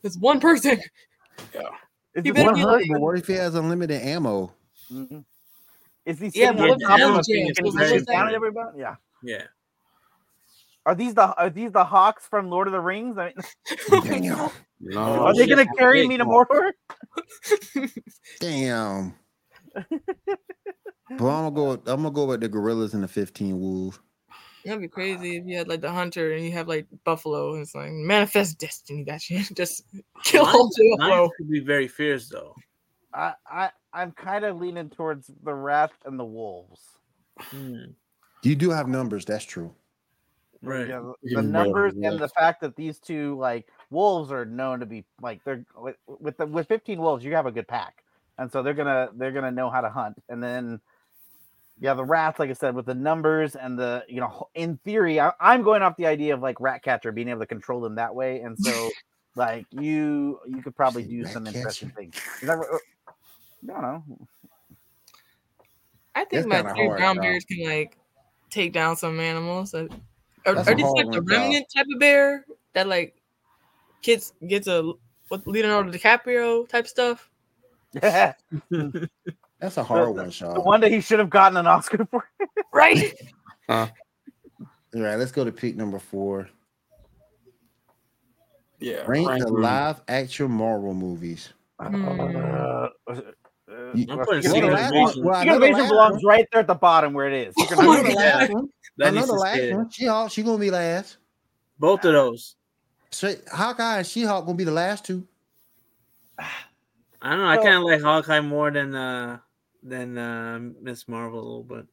S5: it's one person.
S4: is this
S5: You better
S4: one
S5: be
S4: hunt-
S5: like-
S2: But what if he has unlimited ammo?
S4: Mhm. Is he
S5: Yeah,
S4: sitting
S5: but
S4: on
S5: what
S4: top
S3: if
S4: of a
S3: it's
S4: thing?
S3: James?
S4: Can he
S3: Very
S4: shoot down at
S3: good.
S4: everybody? Yeah.
S3: Yeah.
S4: Are these the are these the hawks from Lord of the Rings? I mean,
S2: Damn.
S6: No.
S4: are they
S3: yeah,
S4: gonna carry
S3: big
S4: me to
S3: hawk.
S4: Mordor?
S2: Damn. Well, I'm gonna go. with- I'm gonna go with the gorillas and the 15 wolves.
S5: That'd be crazy if you had like the hunter and you have like buffalo. And it's like manifest destiny that shit. Just kill all
S3: Lions,
S5: the buffalo.
S3: lions could be very fierce though.
S4: I, I I'm kind of leaning towards the rats and the wolves.
S3: Hmm,
S2: You do have numbers. That's true.
S3: Right.
S4: Yeah, the-
S6: You
S4: the
S6: can wear
S4: numbers and the
S6: wolves.
S4: fact that these two like wolves are known to be like they're with with, the, with 15 wolves you have a good pack and so they're gonna they're gonna know how to hunt and then yeah the rats like i said with the numbers and the you know ho- in theory I, i'm going off the idea of like rat catcher being able to control them that way and so like you you could probably
S2: Say
S4: do
S2: rat
S4: some
S2: catcher.
S4: interesting things Is that r- uh, i don't know
S5: I
S2: That's
S5: think my
S2: kinda
S5: three
S2: hard,
S5: brown
S2: though.
S5: bears can like take down some animals. That, or,
S2: That's
S5: or
S2: a
S5: just
S2: hard one,
S5: like the
S2: though.
S5: remnant type of bear that like kids gets a what Leonardo DiCaprio type stuff.
S4: yeah
S2: That's a hard one, Sean.
S4: the one that he should have gotten an oscar for
S5: Right?
S2: All right, let's go to pick number four.
S6: Yeah.
S2: Rank
S6: rank
S2: the
S6: them.
S2: live action Marvel movies.
S4: Uh,
S5: Mm.
S4: uh, uh,
S2: You-
S3: I'm
S4: uh,
S3: putting
S4: Secret
S3: Secret
S4: Invasion-
S3: Invasion.
S2: Well, I
S4: Secret
S2: know the
S4: Invasion
S2: last
S4: belongs
S2: one.
S4: right there at the bottom where it is. Secret
S5: Oh my
S4: Invasion-
S5: God. last
S2: one. I
S3: That
S2: know
S3: needs
S2: the
S3: to
S2: last
S3: stay.
S2: one. She Hulk. She gonna be last.
S3: Both of those.
S2: So Hawkeye and She Hulk gonna be the last two.
S3: I don't know. I
S4: So-
S3: kind of like Hawkeye more than uh than uh Miss Marvel a little bit.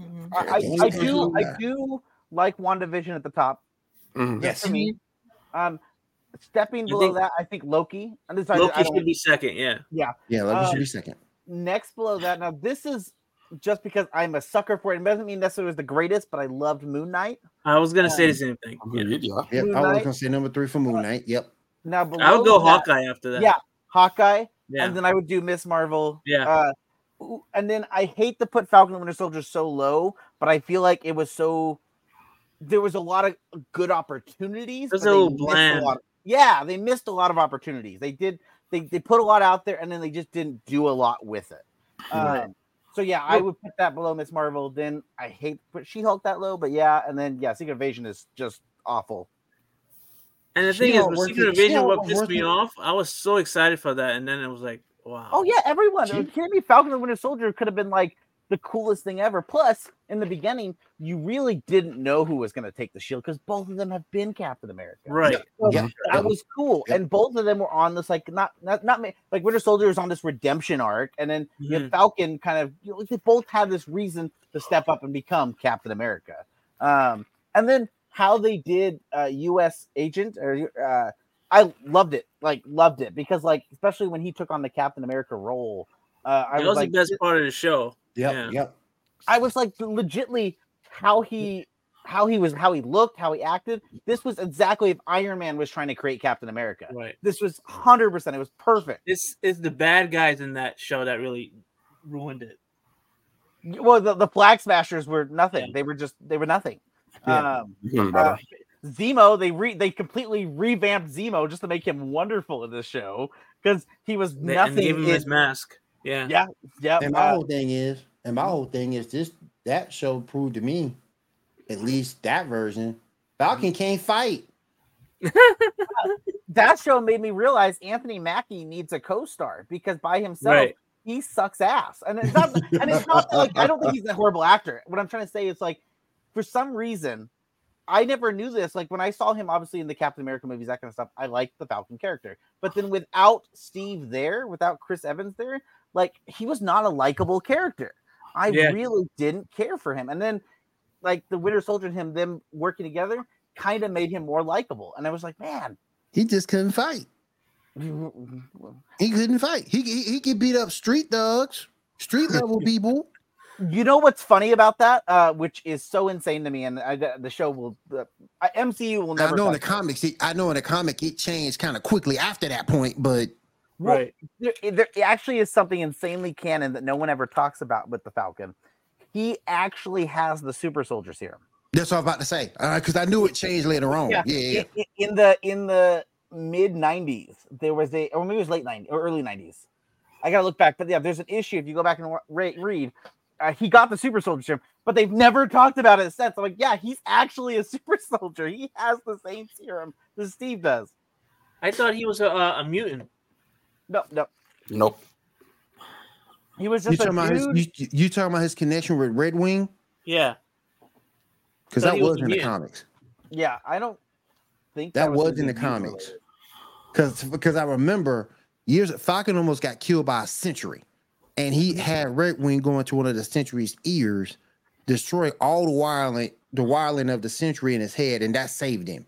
S5: Mhm.
S4: I, I- I do, I do like WandaVision at the top.
S6: Mhm.
S4: Yes, for me. Um, stepping
S3: I
S4: below
S3: Mm-hmm. think-
S4: that, I think Loki. And this, I, I
S3: Loki
S4: don't-
S3: should be second. Yeah.
S2: Yeah, Loki
S4: Um,
S2: should be second.
S4: next below that. Now, this is just because I'm a sucker for it. It doesn't mean necessarily it was the greatest, but I loved Moon Knight.
S3: I was gonna say the
S4: Um,
S3: same thing. Yeah.
S6: Agreed, yeah.
S2: Yep,
S4: Moon
S2: I was
S4: Knight.
S2: gonna say number three for Moon Knight. Yep.
S4: Now, below
S3: I would go
S4: that,
S3: Hawkeye after that.
S4: Yeah, Hawkeye,
S3: Yeah.
S4: and then I would do Miss Marvel.
S3: Yeah.
S4: Uh, ooh, and then I hate to put Falcon and Winter Soldier so low, but I feel like it was so. There was a lot of good opportunities.
S3: It was
S4: but
S3: a
S4: they
S3: little
S4: missed
S3: bland.
S4: lot of- yeah, they missed a lot of opportunities. They did. They they put a lot out there, and then they just didn't do a lot with it.
S3: Right.
S4: Um, so yeah, I would put that below Miss Marvel. Then I hate to put She Hulk that low, but yeah, and then yeah, Secret Invasion is just awful.
S3: And the
S2: She
S3: thing is,
S2: don't
S3: with
S2: work
S3: Secret
S2: it- she
S3: Invasion,
S2: don't
S3: what
S2: work
S3: pissed me
S2: it.
S3: off, I was so excited for that, and then it was like, wow.
S4: Oh yeah, everyone. Are
S2: She-
S4: you kidding me? Falcon and Winter Soldier could have been like the coolest thing ever. Plus, in the beginning, you really didn't know who was going to take the shield because both of them have been Captain America.
S3: Right.
S4: So
S2: Yeah.
S6: Mm-hmm.
S4: That was cool,
S2: Yeah.
S4: and both of them were on this like not not not ma- like Winter Soldier was on this redemption arc, and then you have Falcon kind of you know, they both have this reason to step up and become Captain America. Um, and then how they did uh, U.S. Agent or uh, I loved it, like loved it because like especially when he took on the Captain America role, uh, I
S3: that
S4: was,
S3: was
S4: like
S3: the best part of the show.
S2: Yep,
S3: Yeah.
S2: yep.
S4: I was like legitly how he how he was how he looked, how he acted. This was exactly if Iron Man was trying to create Captain America.
S3: Right.
S4: This was 100%. It was perfect.
S3: It's it's the bad guys in that show that really ruined it.
S4: Well, the, the flag smashers were nothing.
S3: Yeah.
S4: They were just they were nothing.
S2: Yeah.
S4: Um
S6: Even better.
S4: uh, Zemo, they re they completely revamped Zemo just to make him wonderful in this show because he was
S3: They,
S4: nothing.
S3: and gave him
S4: in-
S3: his mask. Yeah.
S4: Yeah. yeah,
S2: And my
S4: uh,
S2: whole thing is, and my whole thing is this that show proved to me, at least that version, Falcon can't fight.
S4: that show made me realize Anthony Mackie needs a co-star because by himself
S3: Right.
S4: he sucks ass. And it's not and it's not that, like I don't think he's a horrible actor. What I'm trying to say is like for some reason I never knew this. Like when I saw him obviously in the Captain America movies, that kind of stuff, I liked the Falcon character. But then without Steve there, without Chris Evans there, like he was not a likable character. I
S3: Yeah.
S4: really didn't care for him. And then like the Winter Soldier and him them working together kind of made him more likable. And I was like, man,
S2: He just couldn't fight. He couldn't fight. He he, he could beat up street thugs, street level people.
S4: You know what's funny about that, uh, which is so insane to me, and I, the the show will, the I MCU will
S2: I
S4: never.
S2: know in the
S4: touch it.
S2: comics, it, I know in the comic it changed kind of quickly after that point, but
S4: Well,
S3: Right.
S4: There, there actually is something insanely canon that no one ever talks about with the Falcon. He actually has the super soldier serum.
S2: that's what I'm about to say. All right, because I knew it changed later on. Yeah,
S4: Yeah.
S2: yeah.
S4: I- I- in the in the mid '90s, there was a, or maybe it was late '90s or early '90s. I gotta look back, but yeah, there's an issue. If you go back and wa- re- read, uh, he got the super soldier serum, but they've never talked about it since. I'm like, yeah, he's actually a super soldier. He has the same serum that Steve does.
S3: I thought he was a, a mutant.
S4: No, no,
S6: Nope.
S4: he was
S2: You
S4: just
S2: talking,
S4: a
S2: about his,
S4: dude.
S2: you, you talking about his connection with Red Wing?
S3: Yeah.
S2: Because
S3: Thought
S2: that
S3: he was
S2: was in the
S3: immune.
S2: comics.
S4: Yeah, I don't think
S2: That was
S4: his
S2: in the
S4: debut role.
S2: comics. Because because I remember years Falcon almost got killed by a century, and
S4: Mm-hmm.
S2: he had Red Wing going to one of the century's ears, destroy all the wiring the wiring of the century in his head, and that saved him.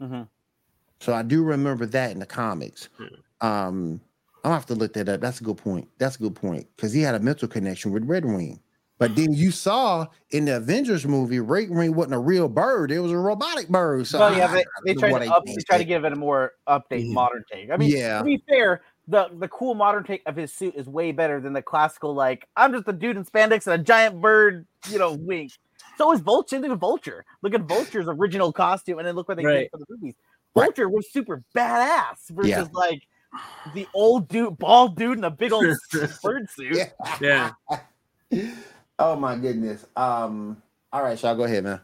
S4: Mhm.
S2: So I do remember that in the comics.
S4: Hmm.
S2: Um, I'll have to look that up. That's a good point. That's a good point because he had a mental connection with Red Wing. But then you saw in the Avengers movie, Red Wing wasn't a real bird; it was a robotic bird. So
S4: well, yeah,
S2: I-
S4: they,
S2: I
S4: they
S2: don't know
S4: try
S2: what
S4: to
S2: they
S4: up, they
S2: did.
S4: try to give it a more update,
S6: Mhm.
S4: modern take. I mean,
S2: Yeah.
S4: to be fair, the the cool modern take of his suit is way better than the classical like I'm just a dude in spandex and a giant bird, you know, wing. So is Vulture. Look at Vulture. Look at Vulture's original costume, and then look what they
S3: Right.
S4: did for the movies.
S2: Right.
S4: Vulture was super badass versus
S2: Yeah.
S4: like the old dude, bald dude in a big old bird suit.
S2: Yeah.
S3: Yeah.
S2: oh my goodness. Um. All right, so I'll go ahead, man.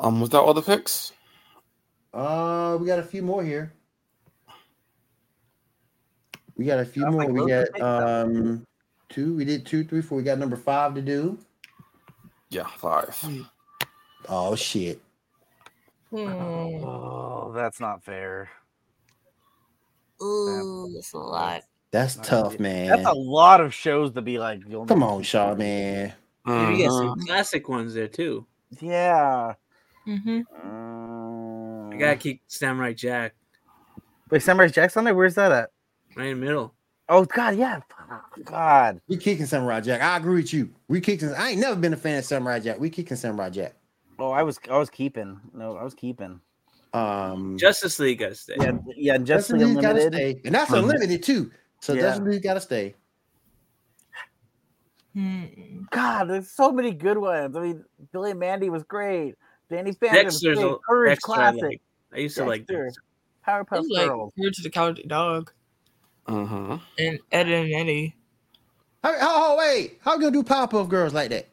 S6: Um, was that all the picks?
S2: Uh, we got a few more here. We got a few
S4: Sounds
S2: more.
S4: like
S2: we
S4: those are
S2: got
S4: big
S2: um two. We did two, three, four. We got number five to do.
S6: Yeah, five.
S2: Oh shit!
S5: Hmm.
S4: Oh, that's not fair.
S5: Ooh, that's a lot.
S2: That's
S4: Not gonna
S2: tough,
S4: be-
S2: man.
S4: That's a lot of shows to be like. you'll
S2: Come
S4: never
S2: on,
S4: see.
S2: Shaw, man.
S3: Maybe he has
S6: Mhm.
S3: some classic ones there too.
S4: Yeah.
S5: Mm-hmm.
S3: I
S4: Uh-huh.
S3: gotta keep Samurai Jack
S4: Wait, Samurai Jack's on there? Where's that at?
S3: right in the middle.
S4: Oh God, yeah. Fuck, God.
S2: We kicking Samurai Jack. I agree with you. We kicking. I ain't never been a fan of Samurai Jack. We kicking Samurai Jack.
S4: Oh, I was I was keeping. No, I was keeping.
S2: Um,
S3: Justice League gotta stay.
S4: Yeah, yeah,
S2: that's
S4: Justice
S2: what
S4: League
S2: he's gotta
S4: Unlimited.
S2: stay, and that's
S6: Mhm.
S2: unlimited too. So
S4: Yeah.
S2: that's what he's gotta stay.
S5: Hmm.
S4: God, there's so many good ones. I mean, Billy and Mandy was great. Danny Phantom was
S3: Dexter's
S4: great.
S3: a
S4: Courage
S3: extra
S4: Classic.
S3: I, like. I used to like
S4: Dexter.
S3: Dexter.
S5: I
S4: Powerpuff
S5: like
S4: Girls.
S5: Courage the Cowardly Dog
S6: Mhm.
S5: and Ed and Eddie.
S2: How, oh, wait, how you gonna do pop up girls like that?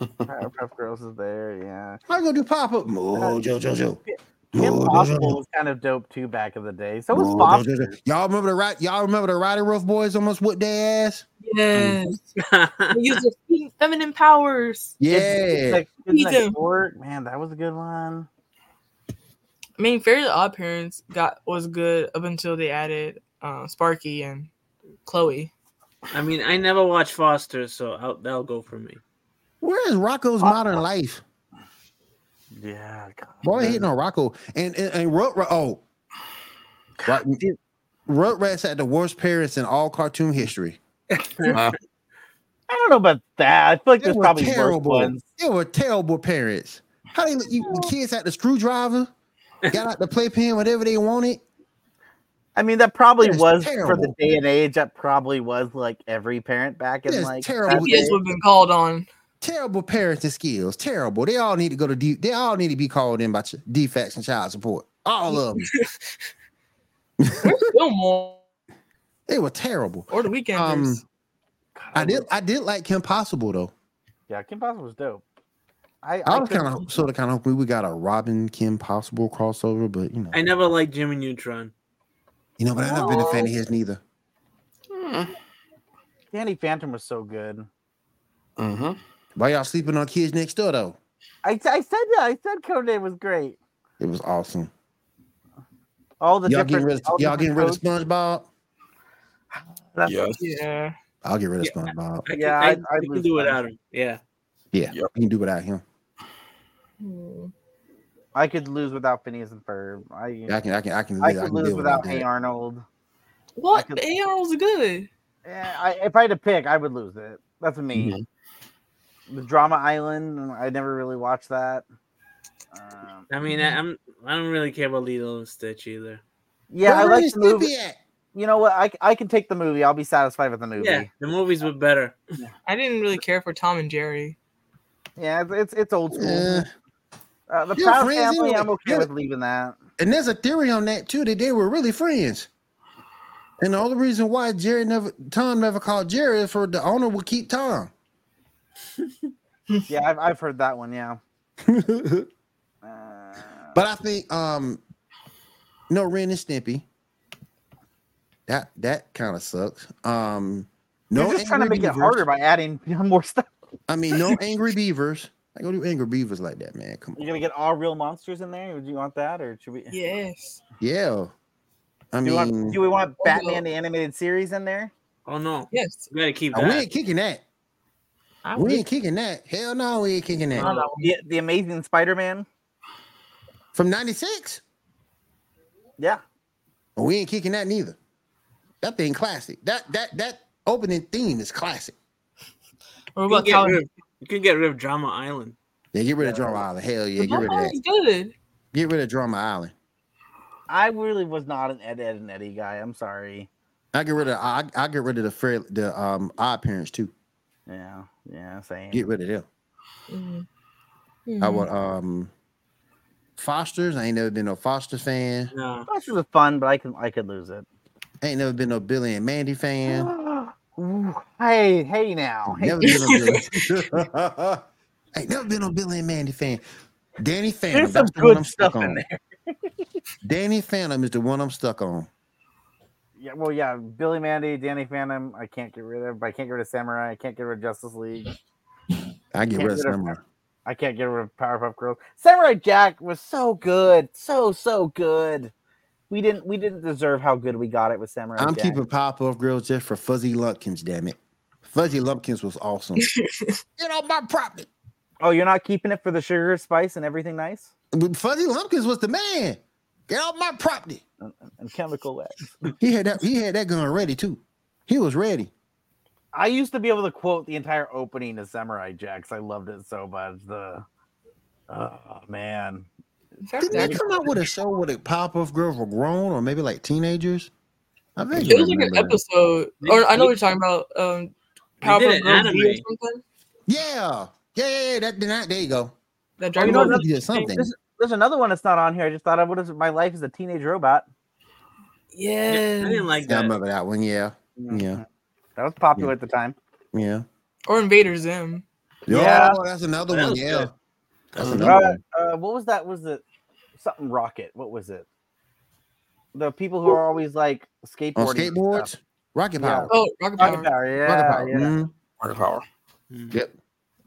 S4: Powerpuff Girls is there. Yeah.
S2: How you gonna do pop up? Mojo Jojo.
S4: Kim
S2: Mojo
S4: Possible
S2: Jojo.
S4: was kind of dope too back in the day. So was
S2: Mojo
S4: Foster.
S2: Jojo. Y'all remember the right? Y'all remember the Rider Rough boys almost whipped their ass?
S5: Yes.
S3: yeah,
S5: They used to feed- feminine powers.
S2: Yeah.
S4: It's- it's like-
S5: Ethan.
S4: it's like short. Man, that was a good one.
S5: I mean, Fairly Odd Parents got was good up until they added uh, Sparky and Chloe.
S3: I mean, I never watched Foster, so I'll, that'll go for me.
S2: Where is Rocco's
S4: Uh,
S2: modern life?
S4: Yeah. God.
S2: Boy, hating on Rocco and and, and Rut, Rut- oh, Right- Rugrats had the worst parents in all cartoon history.
S4: I don't know about that. I feel like
S2: They
S4: there's
S2: were
S4: probably worse
S2: terrible.
S4: ones.
S2: They were terrible parents. How they let you, the kids had the screwdriver, got out the playpen whatever they wanted.
S4: I mean, that probably
S2: That is
S4: was for the
S2: terrible.
S4: day and age. That probably was like every parent back
S2: That
S4: in
S2: is
S4: like
S2: terrible.
S4: that
S2: Yeah.
S5: Kids
S4: day.
S5: would have been called on.
S2: Terrible parenting skills. Terrible. They all need to go to D. They all need to be called in by ch- defects and child support. All of them.
S5: Gilmore
S2: they were terrible.
S5: or the Weekenders.
S2: Um, I did. I did like Kim Possible though.
S4: Yeah, Kim Possible was dope. I,
S2: I was
S4: couldn't-
S2: kind of sort of kind of hoping we got a Robin Kim Possible crossover, but you know,
S3: I never liked Jimmy Neutron.
S2: you know, but I've never been a fan of his neither.
S4: Danny Phantom was so good.
S6: Mm-hmm.
S2: Why y'all sleeping on kids next door though?
S4: I, I said that. I said Conan was great.
S2: It was awesome.
S4: All the
S2: y'all
S4: different.
S2: getting rid of
S4: all the
S2: y'all getting rid of
S4: different
S2: SpongeBob?
S4: codes. That's-
S6: Yes.
S5: yeah.
S2: I'll get rid of
S3: Yeah.
S2: SpongeBob.
S3: I can,
S4: Yeah,
S3: I,
S4: I'd-
S3: I
S4: I'd
S3: can
S4: lose
S3: do
S4: mine.
S3: without him. Yeah.
S2: Yeah,
S6: Yep.
S2: we can do without him.
S5: Hmm.
S4: I could lose without Phineas and Ferb. I,
S2: Yeah, I can I can I can,
S4: I
S2: I
S4: could
S2: can
S4: lose
S2: deal
S4: without
S2: that.
S4: Hey Arnold.
S5: What?
S4: could-
S5: The AR was good.
S4: Yeah, I, if I had to pick, I would lose it. That's me. The Drama Island. I never really watched that. Um,
S3: I mean, I, I'm I don't really care about Lilo and Stitch either.
S4: yeah, I
S2: Where
S4: like
S2: is
S4: the movie.
S2: Snoopy at?
S4: You know what? I, I can take the movie. I'll be satisfied with the movie.
S3: Yeah, the movies were better.
S5: I didn't really care for Tom and Jerry.
S4: Yeah, it's it's, it's old school.
S2: Yeah.
S4: Uh, the
S2: You're
S4: Proud
S2: friends
S4: Family.
S2: anyway.
S4: I'm okay
S2: You're-
S4: with leaving that.
S2: And there's a theory on that too that they were really friends. And the only reason why Jerry never Tom never called Jerry is for the owner would keep Tom.
S4: Yeah, I've, I've heard that one. Yeah.
S2: but
S4: Uh,
S2: I think um no Ren and Snippy. That that kind of sucks. Um no
S4: you're just trying to
S2: Angry
S4: make it
S2: Beavers.
S4: harder by adding more stuff.
S2: I mean no angry beavers. I go do angry beavers like that, man. Come on.
S4: You're gonna get all real monsters in there. Would you want that, or should we?
S5: Yes.
S2: Yeah. I
S4: Do,
S2: mean,
S4: you want, do we want
S5: Oh,
S4: Batman the animated series in there?
S3: Oh no,
S5: Yes.
S3: we gotta keep
S2: uh, we
S3: that.
S2: ain't kicking that.
S5: I
S2: We
S5: would-
S2: ain't kicking that. Hell no, we ain't kicking
S5: I don't
S2: that.
S5: know.
S4: The, the Amazing Spider-Man.
S2: From 96?
S4: Yeah.
S2: Oh, We ain't kicking that neither. That thing classic. That that that opening theme is classic.
S3: You can,
S5: What about
S3: get
S5: Tom?
S3: rid of, you can get rid of Drama Island.
S2: Yeah, get rid of Drama Island. Hell yeah, get rid of that.
S5: was good.
S2: Get rid of Drama Island.
S4: I really was not an Ed, Ed and Eddie guy. I'm sorry.
S2: I get rid of I I get rid of the fair the um odd parents too.
S4: Yeah. Yeah. Same.
S2: Get rid of them.
S5: Mhm.
S2: I
S5: Mhm.
S4: Mm-hmm.
S2: want um Fosters. I ain't never been no Foster fan.
S3: No,
S4: This is fun, but I can I could lose it.
S2: I ain't never been no Billy and Mandy fan.
S4: Ooh, hey, hey now. Oh, Hey,
S2: Never been on Billy. I ain't never been on Billy and Mandy fan. Danny Phantom.
S4: there's some
S2: that's the one
S4: good
S2: I'm stuck
S4: stuff
S2: on.
S4: in there.
S2: Danny Phantom is the one I'm stuck on.
S4: Yeah, well, yeah, Billy Mandy, Danny Phantom. I can't get rid of, but I can't get rid of Samurai. I can't get rid of Justice League.
S2: I get rid
S4: Can't
S2: of
S4: get a-
S2: Samurai.
S4: I can't get rid of Powerpuff Girls. Samurai Jack was so good, so so good. We didn't we didn't deserve how good we got it with Samurai
S2: I'm
S4: Jack.
S2: keeping Pop Off Girls just for Fuzzy Lumpkins, damn it. Fuzzy Lumpkins was awesome. Get off my property.
S4: oh, you're not keeping it for the sugar, spice, and everything nice
S2: Fuzzy Lumpkins was the man. Get off my property.
S4: and chemical wax.
S2: He had that, he had that gun ready too. He was ready.
S4: I used to be able to quote the entire opening to Samurai Jacks. I loved it so much. The oh man,
S5: In fact,
S2: Didn't
S5: that-
S2: they come out with a show where the Pop Off Girls were grown or maybe like teenagers? I vaguely
S5: It was like an
S2: remember.
S5: episode, or I know what you're talking about. Um,
S3: They did an
S5: Powerpuff Girls V or
S3: anime.
S5: something.
S2: Yeah. Yeah, yeah, yeah. That, that, there you go.
S5: That
S2: You
S5: Dragon
S2: know,
S5: Ball
S2: they
S5: Z.
S2: did something.
S4: This- there's another one that's not on here. I just thought I would have. My life as a teenage robot.
S3: I
S5: Yeah.
S1: Uh,
S3: didn't like
S2: Yeah, I
S3: that.
S2: remember that one. Yeah. Yeah.
S4: that was popular at the time.
S2: Yeah.
S5: Or Invader Zim.
S4: Yeah.
S2: Oh, that's another
S3: That
S2: one.
S3: was
S2: Yeah.
S3: good.
S2: That's
S3: Uh,
S2: another
S4: Uh,
S2: one.
S4: uh, what was that? Was it something rocket? What was it? The people who are always like skateboarding.
S2: On
S4: and
S2: skateboards,
S4: stuff.
S2: Rocket
S4: Yeah.
S2: Power. Mm-hmm.
S5: Oh, Rocket Power.
S4: Rocket power. Yeah.
S2: Rocket Power.
S4: yeah.
S2: Mhm.
S6: Power.
S3: Mm.
S2: Yep.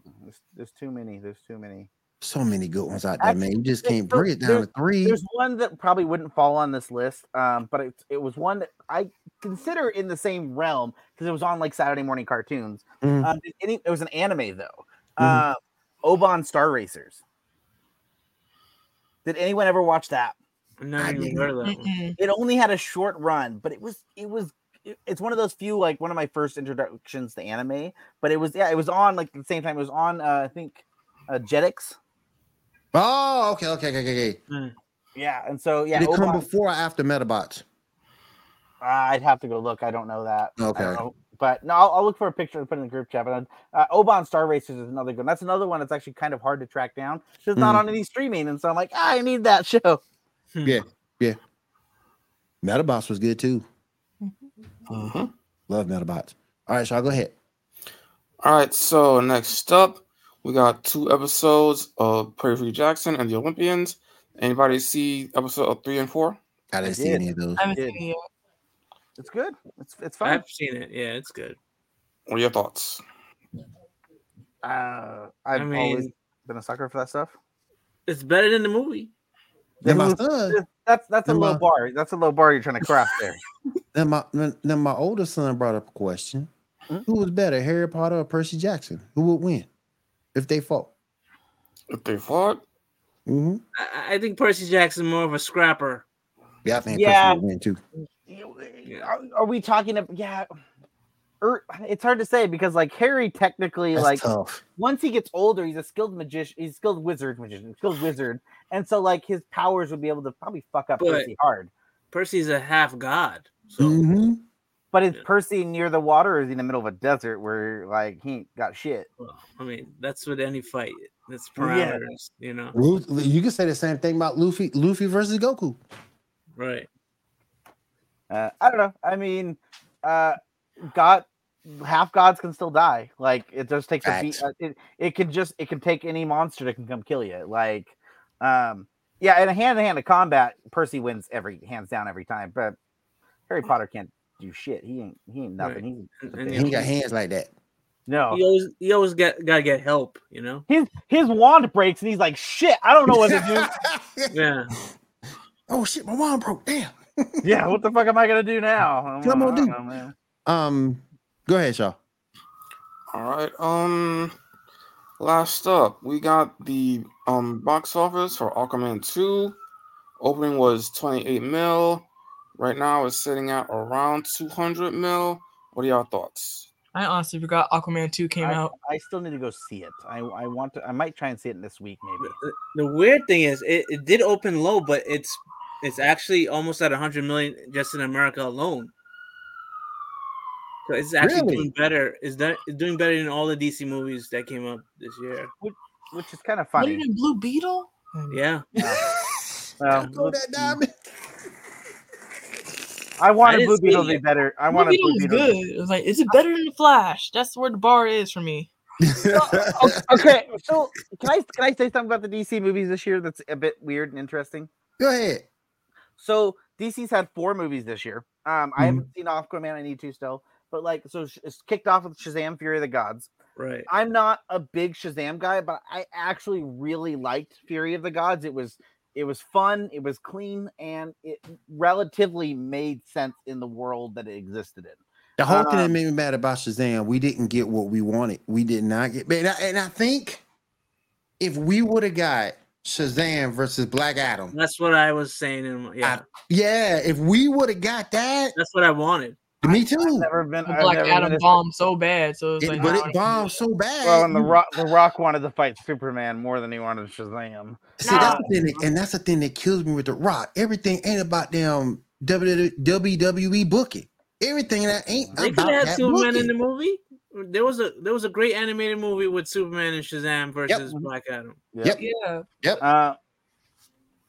S2: Mm-hmm.
S4: There's, there's too many. There's too many.
S2: So many good ones out there, man. You just can't bring it down to three.
S4: There's one that probably wouldn't fall on this list, um, but it, it was one that I consider in the same realm because it was on like Saturday morning cartoons.
S2: Mhm.
S4: Um, did any- it was an anime though.
S2: Mhm.
S4: Uh, Oban Star Racers. Did anyone ever watch that?
S3: I've never even heard of that one.
S5: Mm-mm.
S4: It only had a short run, but it was it was it- it's one of those few like one of my first introductions to anime. But it was yeah, it was on like the same time. It was on uh, I think uh, Jetix.
S2: Oh, okay, okay, okay, okay. okay.
S4: Yeah, and so yeah,
S2: Did it come
S4: Oban-
S2: before or after Metabots?
S4: Uh, I'd have to go look. I don't know that. I don't
S2: Okay.
S4: know. But no, I'll, I'll look for a picture and put it in the group chat. But uh, Oban Star Racers is another good. one. That's another one that's actually kind of hard to track down 'cause it's not
S2: Mhm.
S4: on any streaming. And so I'm like, "Ah, I need that show.
S2: Metabots was good too.
S6: Mm-hmm.
S2: Love Metabots. All right, so I'll go ahead.
S6: All right, so next up, we got two episodes of Prairie Jackson and the Olympians. Anybody see episode of three and four?
S2: I didn't
S4: I
S2: see
S4: did.
S2: any of those.
S5: I haven't
S4: Did.
S5: seen it yet.
S4: It's good. It's it's fun.
S3: I've seen it. Yeah, it's good.
S6: What are your thoughts?
S4: uh, I've
S3: I
S4: always
S3: mean,
S4: been a sucker for that stuff.
S3: it's better than the movie.
S2: Then my
S4: This
S2: son,
S4: is- That's that's a
S2: Then
S4: low
S2: my-
S4: bar. That's a low bar you're trying to cross there.
S2: then my then then my older son brought up a question:
S4: Mhm.
S2: Who was better, Harry Potter or Percy Jackson? Who would win if they fought?
S6: If they fought,
S2: hmm
S3: I, I think Percy Jackson more of a scrapper.
S2: Yeah, I think
S4: Yeah.
S2: Percy would win too.
S3: Yeah.
S4: Are, are we talking? About, yeah. Er, it's hard to say because like Harry technically
S2: That's
S4: like
S2: tough.
S4: once he gets older, he's a skilled magician. He's a skilled wizard, magician, skilled wizard, and so like his powers would be able to probably fuck up
S3: But-
S4: Percy hard.
S3: Percy's a half god. So
S2: hmm
S4: But is
S3: Yeah.
S4: Percy near the water, or is he in the middle of a desert where like he ain't got shit?
S3: well, I mean, that's what any fight. That's
S4: Yeah.
S3: parameters, you know.
S2: Lu- You can say the same thing about Luffy. Luffy versus Goku.
S3: Right.
S4: Uh, I don't know. I mean, uh, God, half gods can still die. Like it just takes a beat.
S2: Facts.
S4: uh, It, it can just it can take any monster that can come kill you. Like, um, yeah, in a hand to hand combat, Percy wins every hands down every time. But Harry
S2: Mm.
S4: Potter can't do shit. He ain't he ain't nothing.
S3: Right.
S4: He's
S3: And,
S2: He
S3: and
S2: ain't
S3: you,
S2: got hands like that.
S4: no.
S3: you always you always get gotta get help, you know?
S4: His his wand breaks and he's like, "Shit, I don't know what to
S3: Yeah.
S2: oh shit, my mom broke. Damn.
S4: do." yeah, what the fuck am I gonna do now? I'm
S2: Come
S4: like,
S2: on,
S4: "I don't
S2: dude."
S4: know, man."
S2: Um, go ahead, Shaw.
S6: all right. Um, last up, we got the um box office for Aquaman two. Opening was twenty eight mil. Right now, it's sitting at around two hundred mil. What are y'all thoughts?
S5: I honestly forgot Aquaman 2 came
S4: I-
S5: out.
S4: I still need to go see it. I, I want to. I might try and see it this week, maybe.
S3: The, the weird thing is it, it did open low, but it's it's actually almost at 100 million just in America alone. So it's actually
S2: Really?
S3: doing better. Is that it's doing better than all the DC movies that came up this year?
S4: which is kind of
S5: What
S4: funny.
S5: did Blue Beetle?
S3: Yeah,
S4: Well,
S2: Throw that diamond.
S4: look, I wanted
S3: didn't
S4: Blue
S3: see
S4: Beetle to
S3: it.
S4: be better. I
S5: Blue
S4: wanted
S5: Beetle
S4: Blue
S5: was
S4: Beetle.
S5: good. It was like, is it better than the Flash? That's where the bar is for me.
S4: Okay, so can I can I say something about the DC movies this year that's a bit weird and interesting?
S2: go ahead.
S4: So DC's had four movies this year. Um,
S3: Mm-hmm.
S4: I haven't seen Aquaman. I need to still, but like, so sh- it's kicked off with Shazam: Fury of the Gods.
S3: right.
S4: I'm not a big Shazam guy, but I actually really liked Fury of the Gods. It was it was fun, it was clean, and it relatively made sense in the world that it existed in.
S2: The whole thing that
S4: Um,
S2: made me mad about Shazam, we didn't get what we wanted. We did not get. And I, and I think if we would have got Shazam versus Black Adam,
S3: That's what I was saying. In, my-
S2: Ah. yeah,
S3: yeah,
S2: if we would have got that,
S3: that's what I wanted.
S2: me too.
S4: Never been.
S5: The
S4: I've
S5: Black
S4: never
S5: Adam
S4: been a-
S5: bombed so bad, so it's
S2: It-
S5: like,
S2: but
S5: nah,
S2: it bombed so bad.
S4: Well, and the Rock, the Rock wanted to fight Superman more than he wanted Shazam.
S2: See, that's the thing that, and that's the thing that kills me with The Rock. Everything ain't about damn WW- WWE E booking. Everything that ain't
S3: They could
S2: about
S3: have
S2: that
S3: had Superman
S2: booking.
S3: in the movie. There was a there was a great animated movie with Superman and Shazam versus
S2: Mm-hmm.
S3: Black Adam.
S2: Yep.
S5: Yeah,
S4: Uh,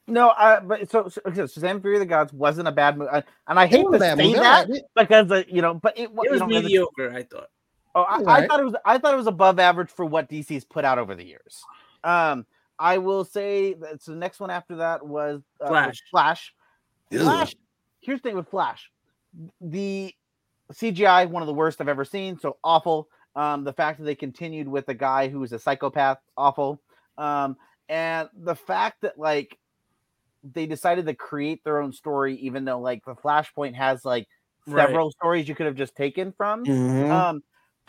S4: no, uh, but so, so okay, Shazam: Fury of the Gods wasn't a bad movie, and I hate
S2: It
S4: to
S2: was a
S4: say
S2: bad movie. I
S4: that
S2: liked it.
S4: because uh, you know, but it, wa-
S3: It
S4: you
S3: was
S4: know, as a-
S3: mediocre, I thought.
S4: Oh, I, I
S2: Alright.
S4: thought it was. I thought it was above average for what DC's put out over the years. Um, I will say that. So the next one after that was uh, was
S3: Flash.
S4: Flash.
S2: Ew.
S4: Flash. Here's the thing with Flash, the CGI one of the worst I've ever seen. So awful. Um, the fact that they continued with a guy who was a psychopath, awful. Um, and the fact that like they decided to create their own story, even though like the Flashpoint has like
S3: Right.
S4: several stories you could have just taken from.
S2: Mhm.
S4: Um,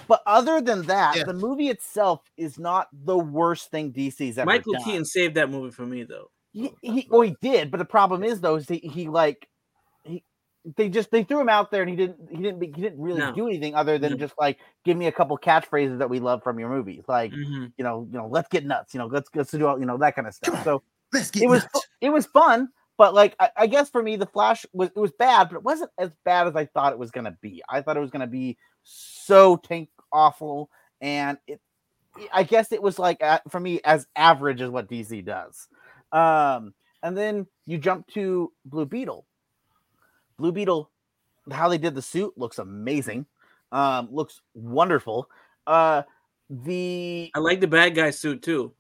S4: but other than that,
S2: Yeah.
S4: the movie itself is not the worst thing DC's ever
S3: Michael
S4: done.
S3: Keaton saved that movie for me though.
S4: He, he, well, he did, but the problem is though, is he, he like he they just they threw him out there and he didn't he didn't he didn't really
S3: No.
S4: do anything other than
S3: No.
S4: just like give me a couple catchphrases that we love from your movies, like
S2: Mm-hmm.
S3: Mhm.
S4: you know you know let's get nuts, you know let's let's do all you know that kind of stuff. So
S2: Let's get
S4: it was
S2: nuts.
S4: fu- it was fun, but like I, I guess for me the Flash was it was bad, but it wasn't as bad as I thought it was gonna be. I thought it was gonna be so tank awful, and it I guess it was like uh, for me as average as what DC does. Um, and then you jump to Blue Beetle. Blue Beetle, how they did the suit looks amazing. Um, looks wonderful. Uh, the
S3: I like the bad guy suit too.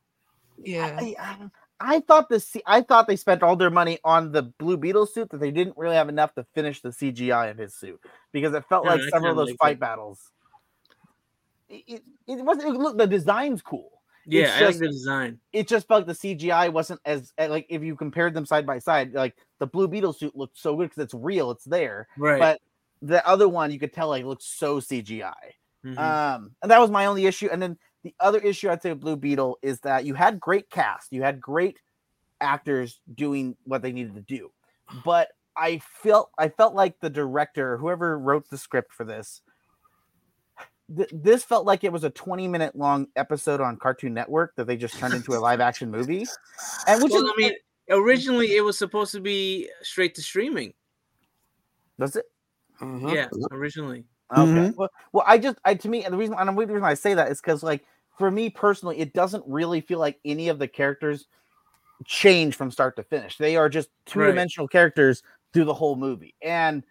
S5: Yeah.
S4: I, I, I thought the C- I thought they spent all their money on the Blue Beetle suit that they didn't really have enough to finish the CGI of his suit because it felt
S3: Yeah,
S4: like
S3: Oh, I
S4: several of
S3: kinda
S4: those
S3: like
S4: fight
S3: that.
S4: battles. It, it, it wasn't it, look the design's cool.
S3: Yeah,
S4: It's
S3: I
S4: just-
S3: like the design.
S4: It just felt like the CGI wasn't as eh, like if you compared them side by side, like the Blue Beetle suit looked so good because it's real, it's there.
S3: Right.
S4: But the other one you could tell like looked so CGI.
S3: Mhm.
S4: Um, and that was my only issue. And then the other issue I'd say with Blue Beetle is that you had great cast, you had great actors doing what they needed to do, but I felt I felt like the director, whoever wrote the script for this, th- this felt like it was a 20 minute long episode on Cartoon Network that they just turned into a live action movie, and which
S3: Well,
S4: is
S3: I mean, originally it was supposed to be straight to streaming.
S4: does it
S6: Mhm.
S3: Yeah, originally.
S4: Okay.
S2: Mhm.
S4: Well, well, I just, I to me, and the reason, and the reason I say that is because, like, for me personally, it doesn't really feel like any of the characters change from start to finish. They are just two dimensional characters through the whole movie, and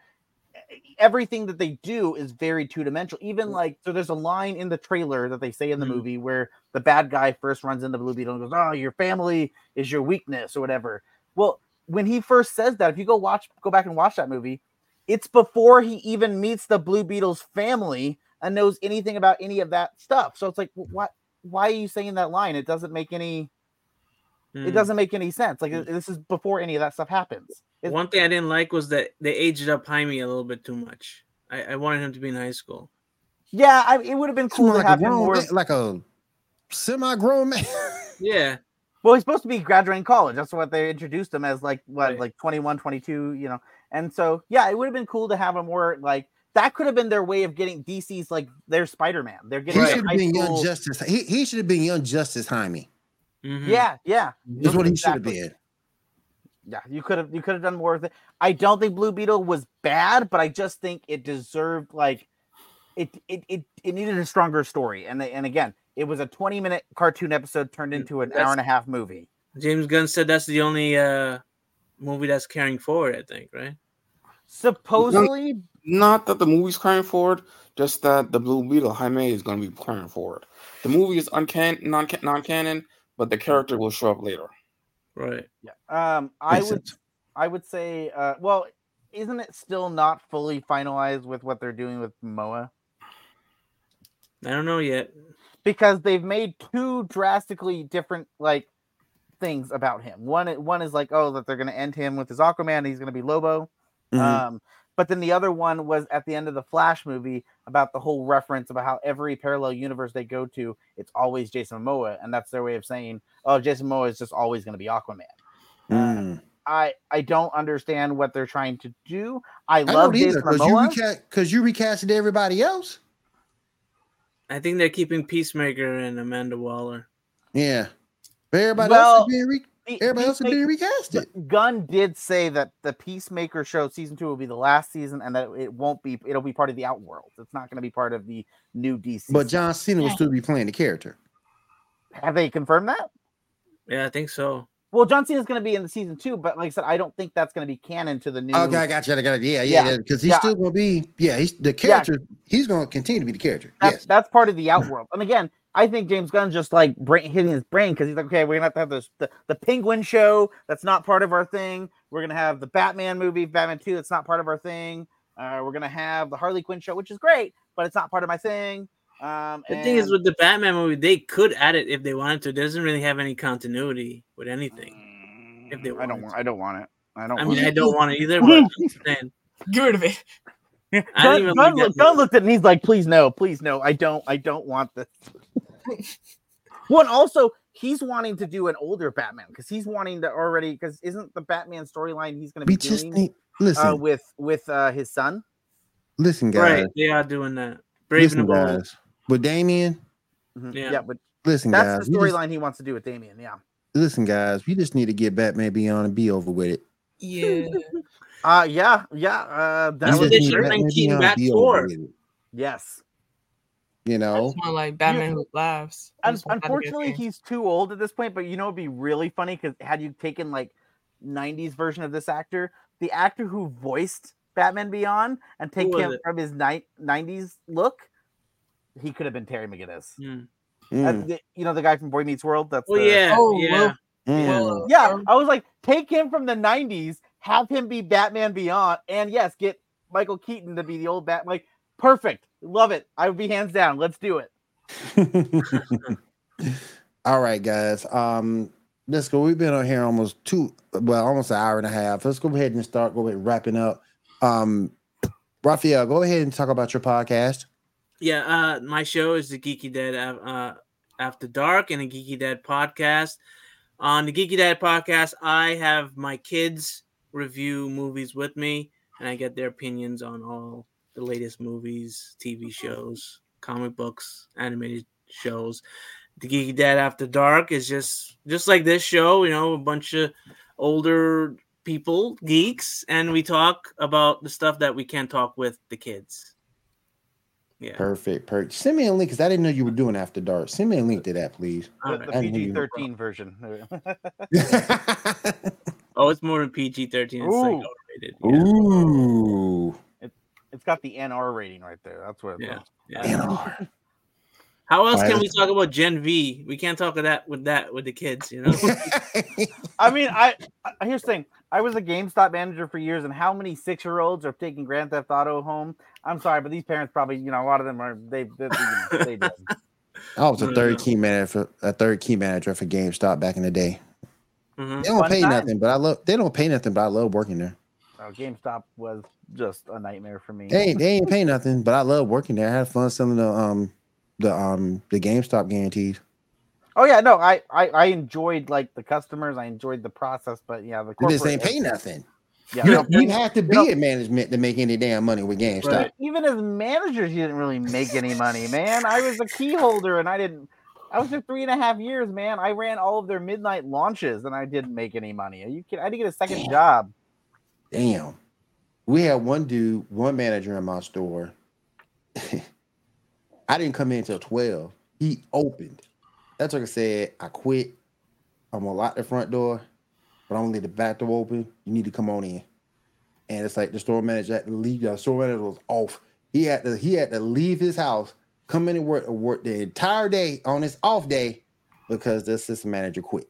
S4: everything that they do is very two dimensional. Even like, so there's a line in the trailer that they say in the
S3: Mhm.
S4: movie where the bad guy first runs into Blue Beetle and goes, "Oh, your family is your weakness" or whatever. Well, when he first says that, if you go watch, go back and watch that movie, it's before he even meets the Blue Beetle's family and knows anything about any of that stuff. So it's like, wh- why? Why are you saying that line? It doesn't make any. It
S3: Mm.
S4: doesn't make any sense. Like this is before any of that stuff happens. It-
S3: One thing I didn't like was that they aged up Jaime a little bit too much. I, I wanted him to be in high school.
S4: yeah, I, it would have been
S2: It's
S4: cool
S2: more
S4: to
S2: like
S4: have
S2: a
S4: him
S2: grown
S4: more.
S2: man- like a semi-grown man.
S3: Yeah,
S4: Well, he's supposed to be graduating college. That's what they introduced him as like what,
S3: Right.
S4: like 21, 22, you know. And so, yeah, it would have been cool to have him more like that could have been their way of getting DC's like their Spider-Man. They're
S2: he
S4: getting
S2: should
S4: like,
S2: have
S4: high
S2: been
S4: school-
S2: young justice. He, he should have been young justice Jaime.
S3: Mhm.
S4: Yeah, yeah.
S2: That's what he
S4: Exactly.
S2: should have been.
S4: yeah, you could have you could have done more with it. I don't think Blue Beetle was bad, but I just think it deserved like it it it, it needed a stronger story. And and again, it was a 20 minute cartoon episode turned
S3: Mm,
S4: into an hour
S3: that's-
S4: and a half movie.
S3: James Gunn said that's the only uh movie that's carrying forward. I think, right?
S4: Supposedly,
S6: Not that the movie's crying forward, just that the Blue Beetle Jaime is going to be crying forward. The movie is uncan non non canon, but the character will show up later.
S3: Right.
S4: yeah. Um I
S2: Makes
S4: would
S2: sense.
S4: I would say uh well, isn't it still not fully finalized with what they're doing with Moa?
S3: I don't know yet.
S4: Because they've made two drastically different like things about him. One one is like oh that they're going to end him with his Aquaman, and he's going to be Lobo.
S2: Mhm.
S4: Um, but then the other one was at the end of the Flash movie about the whole reference about how every parallel universe they go to, it's always Jason Momoa, and that's their way of saying, "Oh, Jason Momoa is just always going to be Aquaman."
S2: Mm.
S4: I I don't understand what they're trying to do. I
S2: I
S4: love
S2: don't
S4: Jason
S2: either because you
S4: Momoa.
S2: recast because you recasted everybody else.
S3: I think they're keeping Peacemaker and Amanda Waller.
S2: Yeah, but everybody
S4: Well,
S2: else is being re-
S4: The-
S2: everybody else is
S4: Peacemaker-
S2: being recasted.
S4: Gunn did say that the Peacemaker show season two will be the last season, and that it won't be. It'll be part of the Outworld. It's not going to be part of the new DC.
S2: But John Cena will still be playing the character.
S4: have they confirmed that?
S3: Yeah, I think so.
S4: Well, John Cena's going to be in the season two, but like I said, I don't think that's going to be canon to the new.
S2: Okay, I got you. I got you. Yeah, yeah,
S4: Yeah.
S2: yeah. Because he's
S4: Yeah.
S2: still gonna be. Yeah, he's the character. He's gonna continue to be the character.
S4: that's,
S2: yes.
S4: that's part of the outworld. And again, I think James Gunn's just like brain, hitting his brain because he's like, okay, we're gonna have to have this the, the Penguin show that's not part of our thing. We're gonna have the Batman movie, Batman Two, that's not part of our thing. Uh, we're gonna have the Harley Quinn show, which is great, but it's not part of my thing. Um,
S3: The thing is,
S4: and-
S3: with the Batman movie, they could add it if they wanted to. It doesn't really have any continuity with
S4: Mm,
S3: anything. if they
S4: I
S3: wanted
S4: don't want. I don't want it. I don't.
S3: I
S4: want
S3: mean,
S4: it.
S3: I don't want it either. But I'm just saying.
S5: Get rid of it.
S3: I don't
S4: Gun,
S3: even
S4: Gun
S3: like
S4: look-
S3: that
S4: Gun looked at me. He's like, "Please no, please no. I don't. I don't want this." One also, he's wanting to do an older Batman because he's wanting to already because isn't the Batman storyline he's going to be
S2: We just
S4: doing
S2: need listen,
S4: uh, with with uh, his son?
S2: listen, guys,
S3: right? They are doing that. Brave
S2: listen,
S3: and the bold.
S2: guys. But Damien,
S4: Mhm,
S3: Yeah.
S4: but
S2: listen,
S4: that's
S2: guys,
S4: the
S2: we just-
S4: storyline he wants to do with Damien. Yeah,
S2: listen, guys, we just need to get Batman Beyond and be over with it.
S5: Yeah.
S4: uh, yeah, yeah. Uh, that
S2: We
S3: That's
S4: was
S3: what
S2: just
S3: they
S2: need
S3: should have
S2: Batman
S3: been keeping
S2: Beyond
S3: back
S2: be over
S3: for.
S2: with it,
S4: yes.
S2: You know,
S5: Someone like Batman who laughs. I
S4: Un-
S5: just want that to be a
S4: unfortunately,
S5: thing.
S4: he's too old at this point. But you know, it'd be really funny because had you taken like '90s version of this actor, the actor who voiced Batman Beyond, and take
S3: was
S4: him
S3: it?
S4: from his ni- '90s look, he could have been Terry McGinnis.
S3: Mm.
S4: That's
S2: Mm,
S4: the- you know, the guy from Boy Meets World. That's
S3: Well,
S4: the-
S3: yeah,
S5: Oh,
S3: yeah.
S2: mm.
S5: well,
S4: yeah.
S5: Um,
S4: I was like, take him from the '90s, have him be Batman Beyond, and yes, get Michael Keaton to be the old Bat. Like, perfect, love it. I would be hands down. Let's do it.
S2: mm. All right, guys. Um, let's go. We've been on here almost two, well, almost an hour and a half. Let's go ahead and start. Go ahead wrapping up. Um, Raphael, go ahead and talk about your podcast.
S3: Yeah, uh, my show is the Geeky Dad uh, After Dark and the Geeky Dad podcast. On the Geeky Dad podcast, I have my kids review movies with me, and I get their opinions on all the latest movies, TV shows, comic books, animated shows. The Geeky Dad After Dark is just just like this show, you know, a bunch of older people, geeks, and we talk about the stuff that we can't talk with the kids. Yeah.
S2: Perfect, perfect. Send me a link because I didn't know you were doing after dark. Send me a link to that, please.
S3: All
S4: The,
S3: right.
S4: the
S2: I didn't hear you.
S4: PG-13 version.
S3: Oh, it's more than PG thirteen. It's like
S4: Ooh.
S3: overrated. Yeah.
S2: Ooh,
S4: It's got the NR rating right there. That's what.
S3: Yeah.
S4: Yeah.
S3: Yeah.
S2: NR.
S3: How else can
S2: Right.
S3: we talk about Gen V? We can't talk of that with that with the kids, you know.
S4: I mean, I, I here's the thing. I was a GameStop manager for years, and how many six year olds are taking Grand Theft Auto home? I'm sorry, but these parents probably, you know, a lot of them are. They, they, they, they did.
S2: I was a
S3: No,
S2: third
S3: no.
S2: key manager, for, a third key manager for GameStop back in the day.
S3: Mhm.
S2: They don't
S4: Fun
S2: pay
S4: time.
S2: nothing, but I love. They don't pay nothing, but I love working there.
S4: Oh, GameStop was just a nightmare for me.
S2: They ain't, they ain't pay nothing, but I love working there. I had fun selling the um the um the GameStop guarantees.
S4: Oh yeah, no, I, I, I enjoyed like the customers. I enjoyed the process, but yeah, the
S2: They just ain't
S4: corporate-
S2: pay nothing.
S4: Yeah,
S2: You,
S4: no,
S2: don't- you have to be
S4: don't-
S2: in management to make any damn money with GameStop.
S3: Right.
S4: even as managers, you didn't really make any money, man. I was a key holder and I didn't. I was there three and a half years, man. I ran all of their midnight launches and I didn't make any money. Are you kidding? I had to get a second
S2: Damn.
S4: job.
S2: Damn. We had one dude, one manager in my store. I didn't come in until 12. He opened. That's like I said, I quit. I'm gonna lock the front door, but I'm gonna leave the back door open. You need to come on in. And it's like the store manager had to leave. The store manager was off. He had to he had to leave his house, come in and work, work the entire day on his off day because the assistant manager quit.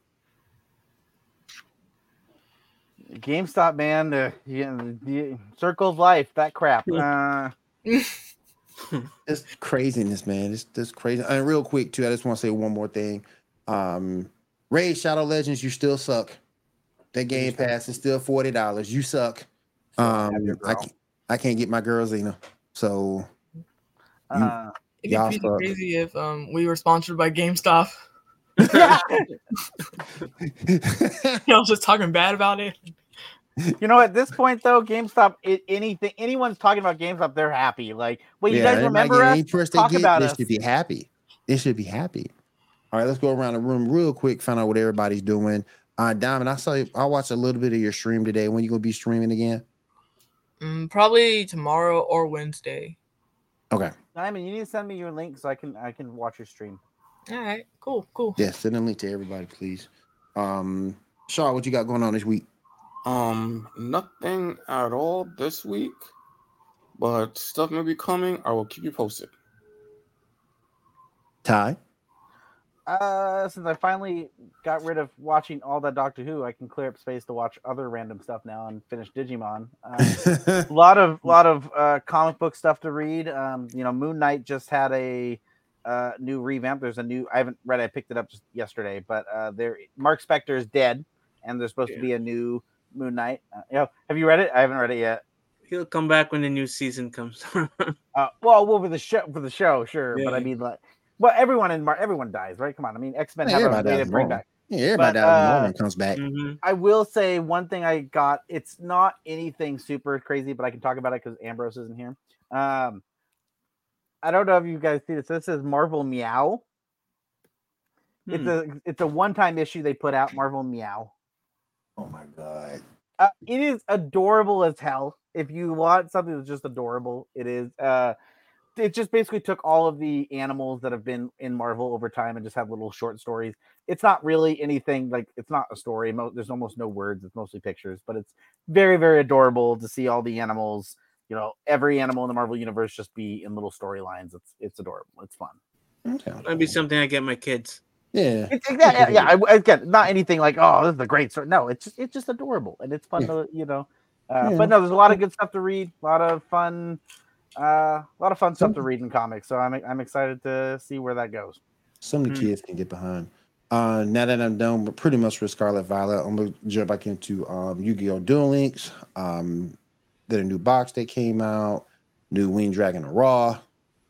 S4: GameStop, man. The, you- you- circle of life, that crap. Uh,
S2: It's craziness, man. It's that's crazy. And real quick too, I just want to say one more thing. Um, Raid Shadow Legends, you still suck. That Game Pass is still forty dollars. You suck. Um,
S4: your
S2: I
S4: girl.
S2: can't, I can't get my girl Xena. So
S4: uh,
S5: It'd be
S2: Y'all
S5: pretty
S2: suck.
S5: crazy if um, we were sponsored by GameStop.
S4: yeah.
S5: Y'all just talking bad about it.
S4: You know, at this point though, GameStop, it, anything anyone's talking about GameStop, they're happy. Like, wait, you guys
S2: they might
S4: remember
S2: get
S4: us?
S2: any press
S4: Talk about
S2: they
S4: us.
S2: should be happy. They should be happy. All right, let's go around the room real quick, find out what everybody's doing. Uh, Diamond, I saw you, I watched a little bit of your stream today. When you gonna be streaming again?
S5: Mm, probably tomorrow or Wednesday.
S4: Diamond, you need to send me your link so I can I can watch your stream.
S5: All right, cool, cool.
S2: Yeah, send a link to everybody, please. Um, Shaw, what you got going on this week?
S6: Um, nothing at all this week, but stuff may be coming. I will keep you posted.
S2: Ty.
S4: Uh, since I finally got rid of watching all that Doctor Who, I can clear up space to watch other random stuff now and finish Digimon. Um, a lot of lot of uh, comic book stuff to read. Um, you know, Moon Knight just had a uh, new revamp. There's a new. I haven't read. I picked it up just yesterday, but uh, there Mark Spector is dead, and there's supposed to be a new Moon Knight. Uh, you know, have you read it? I haven't read it yet.
S3: He'll come back when the new season comes. Mm-hmm.
S4: Uh, well, well, for the show, for the show, sure. But I mean, like, well, everyone in Mar- everyone dies, right? Come on. I mean, X Men
S2: Yeah,
S4: have a
S2: Oh, everybody
S4: way
S2: dies
S4: to
S2: in
S4: bring
S2: Marvel.
S4: back.
S2: Yeah, everybody
S4: But,
S2: out in
S4: uh,
S2: Norman comes back.
S3: Mhm.
S4: I will say one thing I got. It's not anything super crazy, but I can talk about it because Ambrose isn't here. Um, I don't know if you guys see this. This is Marvel Meow. It's
S3: Hmm.
S4: a it's a one time issue they put out. Marvel Meow.
S2: Oh my god.
S4: Uh, it is adorable as hell. If you want something that's just adorable, it is. Uh, it just basically took all of the animals that have been in Marvel over time and just had little short stories. It's not really anything like it's not a story. Mo- there's almost no words. It's mostly pictures, but it's very very adorable to see all the animals. You know, every animal in the Marvel universe just be in little storylines. It's it's adorable. It's fun.
S2: Okay.
S3: That'd be something I get my kids.
S2: Yeah.
S4: It's exactly yeah. I, again, not anything like oh, this is a great story. No, it's just, it's just adorable and it's fun
S2: Yeah.
S4: to you know. Uh,
S2: Yeah.
S4: But no, there's a lot of good stuff to read. A lot of fun, uh, a lot of fun stuff to read in comics. So I'm I'm excited to see where that goes.
S2: Some
S4: Mm.
S2: of the
S3: Hmm.
S2: kids can get behind. Uh, now that I'm done with pretty much with Scarlet Violet, I'm gonna jump back into um, Yu-Gi-Oh! Duel Links. Um, did a new box that came out, new Wing Dragon of Raw.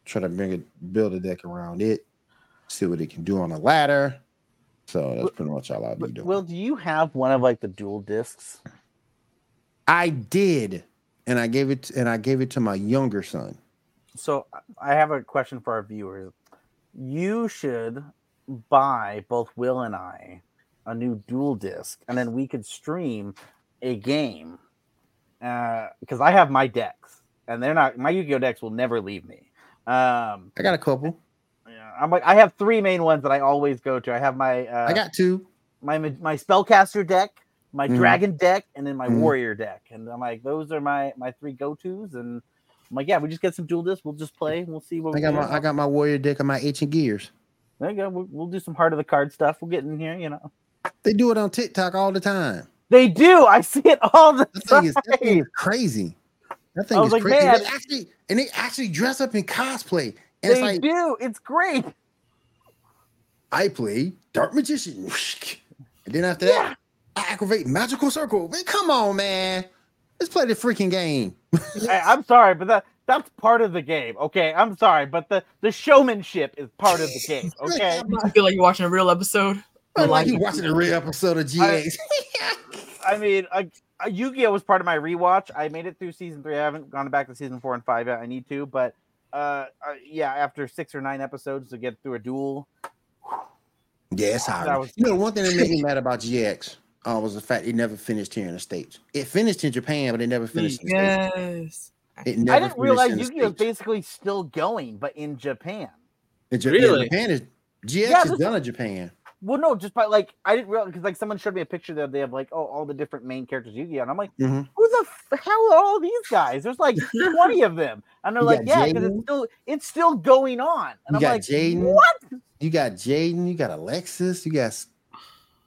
S2: Try to bring it, build a deck around it, see what it can do on the ladder. So that's pretty much all I'll be doing.
S4: Will, do you have one of like the dual discs?
S2: I did, and I gave it, and I gave it to my younger son.
S4: So I have a question for our viewers. You should buy both Will and I a new dual disc, and then we could stream a game. Because I have my decks, and they're not my Yu-Gi-Oh decks will never leave me. Um,
S2: I got a couple.
S4: yeah, I'm like I have three main ones that I always go to. I have my uh,
S2: I got two.
S4: my ma- my spellcaster deck, my
S2: Mhm.
S4: dragon deck, and then my
S2: Mhm.
S4: warrior deck. And I'm like, those are my my three go tos. And I'm like, yeah, we just get some dual disc. We'll just play. We'll see what
S2: I
S4: we
S2: got
S4: can-
S2: my, I got my warrior deck and my ancient gears.
S4: There you go. We'll, we'll do some heart of the card stuff. We'll get in here, you know.
S2: They do it on TikTok all the time.
S4: They do. I see it all the
S2: That
S4: time.
S2: thing is, that thing is crazy. That thing
S4: I was
S2: is
S4: like,
S2: crazy.
S4: man.
S2: They actually, and they actually dress up in cosplay. And
S4: They
S2: it's like,
S4: do. It's great.
S2: I play Dark Magician. And then after that, I activate Magical Circle. Man, come on, man. Let's play the freaking game.
S4: I, I'm sorry, but that that's part of the game. Okay, I'm sorry, but the the showmanship is part of the game. Okay,
S5: I feel like you're watching a real episode.
S2: I'm like you watching a real episode of GX.
S4: I mean, uh, uh, Yu-Gi-Oh was part of my rewatch. I made it through season three. I haven't gone back to season four and five yet. I need to, but uh, uh yeah, after six or nine episodes to get through a duel.
S2: yeah, it's
S4: That
S2: hard.
S4: was-
S2: you know, one thing that made me mad about GX uh, was the fact it never finished here in the States. It finished in Japan, but it never finished in the States.
S5: Yes.
S2: It never
S4: I didn't
S2: finished
S4: realize
S2: in the
S4: Yu-Gi-Oh is
S2: States.
S4: basically still going, but in Japan.
S2: In Ja-
S3: Really?
S2: yeah, Japan is, GX
S4: Yeah,
S2: is
S4: this-
S2: done in Japan.
S4: Well, no, just by like I didn't realize because like someone showed me a picture that they have like oh all the different main characters Yu Gi Oh, and I'm like
S2: Mhm.
S4: who the f- hell are all these guys? There's like 20 of them, and they're
S2: You
S4: like
S2: got
S4: yeah, because it's
S2: Jaden.
S4: still it's still going on, and
S2: You
S4: I'm
S2: got
S4: like
S2: Jaden.
S4: what?
S2: You got Jaden, you got Alexis, you got. s-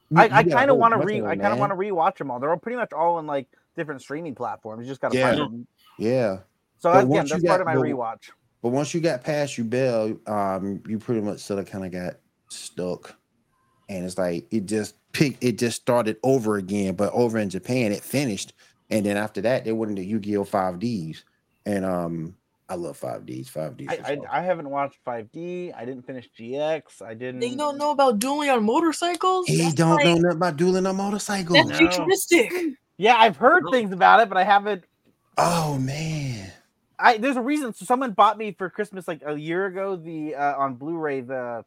S2: you- you
S4: I, I
S2: got a
S4: kind of
S2: whole
S4: want to
S2: bunch
S4: re
S2: of
S4: I
S2: them,
S4: kind of
S2: man.
S4: want to rewatch them all. They're all pretty much all in like different streaming platforms. You just gotta find
S2: Yeah.
S4: them.
S2: Yeah,
S4: So
S2: But
S4: again,
S2: once
S4: that's
S2: you
S4: part
S2: got
S4: of my
S2: the-
S4: rewatch.
S2: but once you got past your bell, um, you pretty much sort of kind of got stuck, and it's like it just picked, it just started over again. But over in Japan, it finished, and then after that, they went into Yu-Gi-Oh! Five Ds, and um, I love Five Ds, Five Ds.
S4: I, I I haven't watched 5D. I didn't finish GX. I didn't.
S5: They don't know about dueling on motorcycles.
S2: he
S5: That's
S2: Mm. don't
S5: like-
S2: know nothing about dueling on motorcycle.
S5: That's
S4: No.
S5: futuristic.
S4: Yeah, I've heard
S3: No.
S4: things about it, but I haven't
S2: Oh man,
S4: I there's a reason. So someone bought me for Christmas like a year ago the uh, on Blu-ray the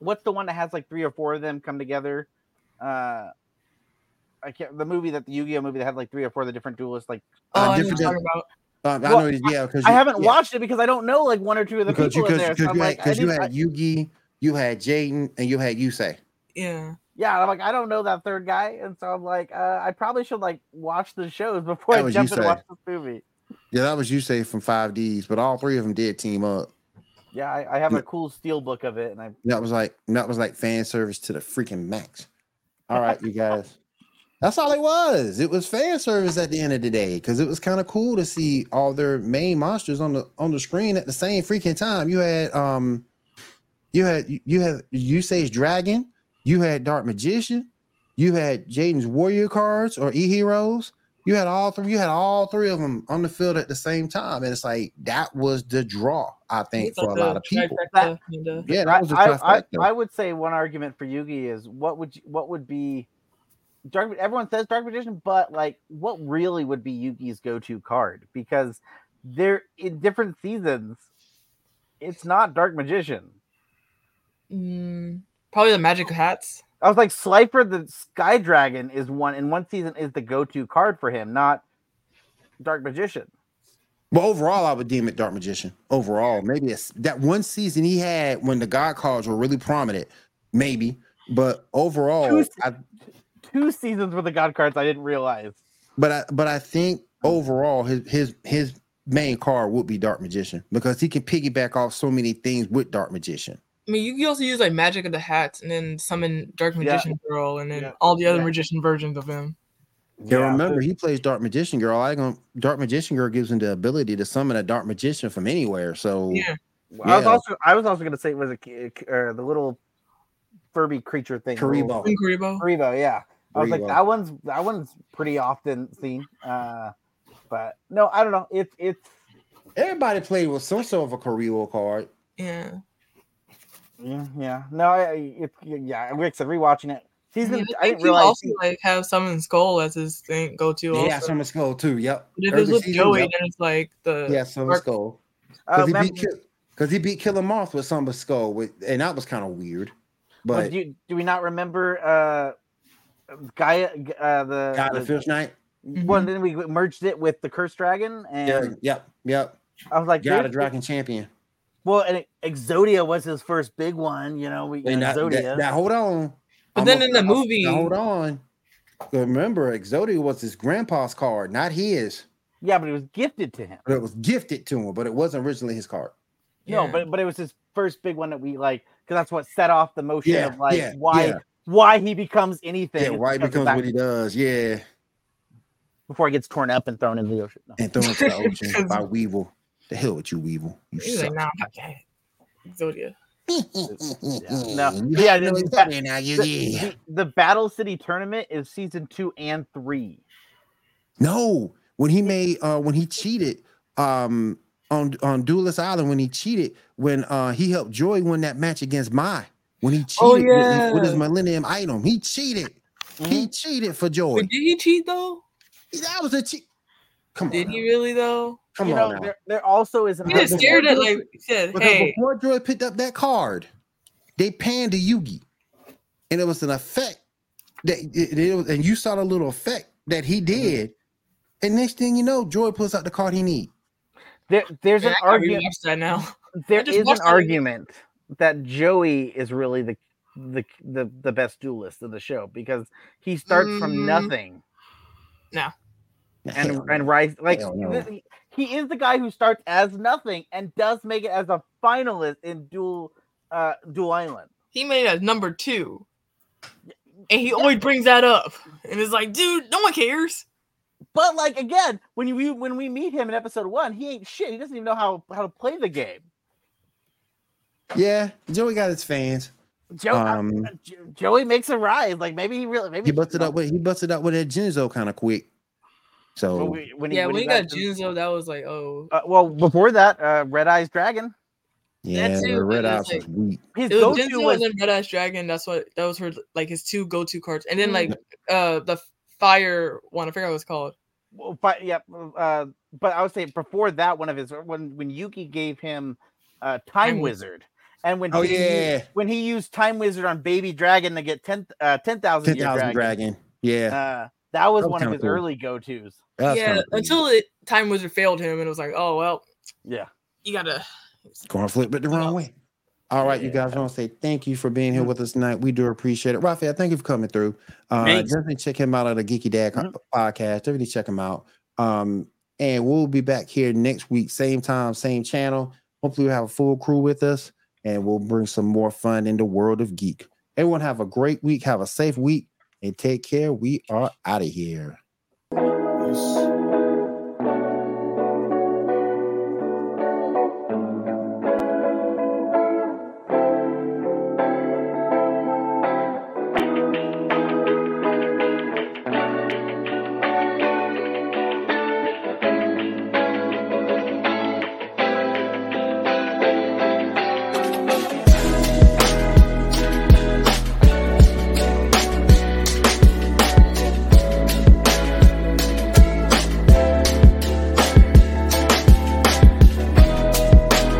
S4: what's the one that has like three or four of them come together? Uh I can't the movie that the Yu-Gi-Oh movie that had like three or four of the different duelists. Like
S5: Oh, I know
S2: different
S5: what you're talking about.
S2: Um,
S4: Well,
S2: I know. it- Yeah, because
S4: I haven't watched it because I don't know like one or two of the
S2: because you
S4: people in there.
S2: because
S4: So
S2: you, had-
S4: I'm like, I
S2: 'cause you
S4: didn't-
S2: had
S4: I-
S2: Yugi, you had Jaden, and you had Yusei.
S5: Yeah.
S4: yeah, I'm like I don't know that third guy, and so I'm like uh, I probably should like watch the shows before
S2: That
S4: I
S2: was
S4: jump in and
S2: Yusei.
S4: watch this movie.
S2: Yeah, that was Yusei from Five Ds, but all three of them did team up.
S4: Yeah, I, I have
S2: Yeah.
S4: a cool steel book of it, and I
S2: That was like that was like fan service to the freaking max. All right, you guys. That's all it was. It was fan service at the end of the day because it was kind of cool to see all their main monsters on the on the screen at the same freaking time. You had um You had you- you had you Sage Dragon, you had Dark Magician, you had Jaden's Warrior cards or E Heroes. You had all three. You had all three of them on the field at the same time, and it's like that was the draw. I think for a lot of people.
S5: Trifecta, and, uh,
S2: Yeah,
S4: I,
S2: that was a
S4: I, I,
S2: trifecta.
S4: I would say one argument for Yugi is what would you, what would be dark. Everyone says dark magician, but like, what really would be Yugi's go-to card? Because they're in different seasons. It's not dark magician.
S5: mm, probably the magic hats.
S4: I was like, Slifer the Sky Dragon is one in one season is the go-to card for him, not dark magician.
S2: But overall, I would deem it Dark Magician. Overall, maybe it's that one season he had when the God cards were really prominent, maybe. But overall,
S4: Two
S2: I,
S4: Two seasons with the god cards, I didn't realize.
S2: but I but I think overall his his his main card would be Dark Magician because he can piggyback off so many things with Dark Magician.
S5: I mean, you can also use like magic of the hats, and then summon dark
S4: Yeah.
S5: magician girl, and then
S4: Yeah.
S5: all the other
S4: Yeah.
S5: magician versions of him.
S2: Yeah, remember he plays Dark Magician Girl. I gonna Dark Magician Girl gives him the ability to summon a Dark Magician from anywhere. So
S5: Yeah.
S4: I was
S2: Yeah.
S4: also I was also gonna say it was a ki- ki- or the little Furby creature thing. the little-
S2: Karibo.
S5: And Kuribo.
S4: Karibo, yeah. I was like
S2: Karibo.
S4: that one's that one's pretty often seen. Uh but no, I don't know. It's it's
S2: everybody played with some sort of a Karibo card.
S5: Yeah.
S4: yeah, yeah. No, I I- it's yeah, like I said rewatching it.
S5: I,
S4: Season
S5: mean, I
S4: I
S5: think
S4: didn't
S5: he
S4: realize
S5: also like have summon skull as his thing go to.
S2: Yeah,
S5: also.
S2: Summer Skull too. Yep.
S5: But if
S2: Early
S5: it's with
S2: season,
S5: Joey,
S2: yep.
S5: then it's like the
S2: Yeah, Summer
S5: Mark-
S2: Skull. Because
S4: uh,
S2: he,
S4: remember,
S2: beat Kill- 'cause he beat Killer Moth with Summer Skull, with, and that was kind of weird.
S4: but
S2: But
S4: oh, do, you, do we not remember uh Gaia uh the,
S2: God
S4: the
S2: of Fish Night,
S4: one then we merged it with the cursed dragon
S2: Mm-hmm. yeah,
S4: and
S2: yep, yep.
S4: I was like
S2: God
S4: there's-
S2: of Dragon Champion.
S4: Well, and Exodia was his first big one, you know. We
S2: And that,
S4: Exodia.
S2: that- that- hold on.
S5: But
S2: I'm
S5: then
S2: a-
S5: in the
S2: I'm-
S5: movie-
S2: now hold on. Remember, Exodia was his grandpa's card, not his.
S4: yeah, but it was gifted to him.
S2: But it was gifted to him, but it wasn't originally his card.
S5: yeah.
S4: No, but but it was his first big one that we like because that's what set off the motion
S2: Yeah,
S4: of like
S2: yeah,
S4: why
S2: yeah.
S4: why he becomes anything.
S2: Yeah,
S4: is
S2: why he
S4: because of
S2: becomes
S4: that-
S2: what he does. Yeah,
S4: before he gets torn up and thrown into the ocean. No.
S2: and thrown into the ocean by Weevil. The hell with you, Weevil. You
S5: he's like,
S2: suck.
S5: nah, I'm not getting it. Exodia.
S4: No.
S2: You
S4: Yeah,
S2: know
S4: the-
S2: it's up there now, you-
S4: The,
S2: yeah.
S4: the- the Battle City tournament is season two and three.
S2: No, when he made uh when he cheated um on on Duelist Island when he cheated when uh he helped Joy win that match against Mai when he cheated
S5: Oh,
S2: with- with, his
S5: yeah. Mm-hmm.
S2: millennium item he cheated he cheated for Joy
S5: But did he cheat though?
S2: that was a cheat come on
S5: Did
S2: now.
S5: he really though?
S2: come
S4: you
S2: on
S4: know,
S2: now.
S4: there, there also is an
S5: He
S2: Yeah,
S5: just
S2: before-
S5: stared at like he said,
S2: because
S5: hey,
S2: before Joy picked up that card they panned to Yugi and it was an effect that it, it was, and you saw the little effect that
S5: Mm-hmm.
S2: he did and next thing you know Joy pulls out the card he needs.
S4: there, there's
S5: man,
S4: an
S5: I gotta
S4: argument.
S5: rewatch that now.
S4: There
S5: just
S4: is an
S5: watched that movie.
S4: argument that Joey is really the the the, the best duelist of the show because he starts from
S5: Mm.
S4: nothing and
S2: Hell no.
S4: and rise like
S2: Hell no.
S4: th- he is the guy who starts as nothing and does make it as a finalist in Duel uh Duel Island.
S5: He made it as number two. And he always brings that up. And it's like, dude, no one cares.
S4: But like again, when you we- when we meet him in episode one, he ain't shit. He doesn't even know how how to play the game.
S2: Yeah, Joey got his fans.
S4: Joe, uh,
S2: Um,
S4: Jo- Joey makes a rise. Like maybe he really maybe
S2: He busted up with he busted up with that Genzo kind of quick.
S4: when
S2: So
S4: we- when he-
S5: yeah, when he got
S4: to-
S5: Junzo, that was like, oh.
S4: Uh, well, before that, uh, Red Eyes Dragon.
S2: yeah,
S5: too,
S2: the red
S5: but
S2: eyes
S5: it's
S2: was
S5: like-
S2: weak.
S4: His
S5: It was
S4: go-to
S5: Jinzo
S4: was
S5: and then Red Ass Dragon. That's what that was her like his two go to cards, and then like uh the fire one. I forgot what it's called.
S4: Well, but yeah, uh, but I would say before that, one of his when when Yuki gave him uh, Time
S5: Time
S4: Wizard, and when
S2: Oh
S4: he, u-
S2: yeah,
S4: when he used Time Wizard on Baby Dragon to get ten uh, ten thousand
S2: ten
S4: year
S2: thousand
S4: dragon,
S2: dragon. Yeah,
S4: Uh, that was
S2: That was
S4: one of
S2: kinda
S4: his
S2: cool.
S4: early go tos.
S2: that was
S5: yeah,
S2: kinda cool.
S5: until it, Time Wizard failed him, and it was like, oh well,
S4: Yeah,
S5: you gotta.
S2: Gonna flip it the wrong way. All right, you guys. I want to say thank you for being here with us tonight. We do appreciate it. Raphael, thank you for coming through. Uh,
S3: Thanks.
S2: definitely check him out on the Geeky Dad co- podcast. Definitely check him out. Um, and we'll be back here next week, same time, same channel. Hopefully, we'll have a full crew with us and we'll bring some more fun in the world of geek. Everyone, have a great week. Have a safe week and take care. We are out of here.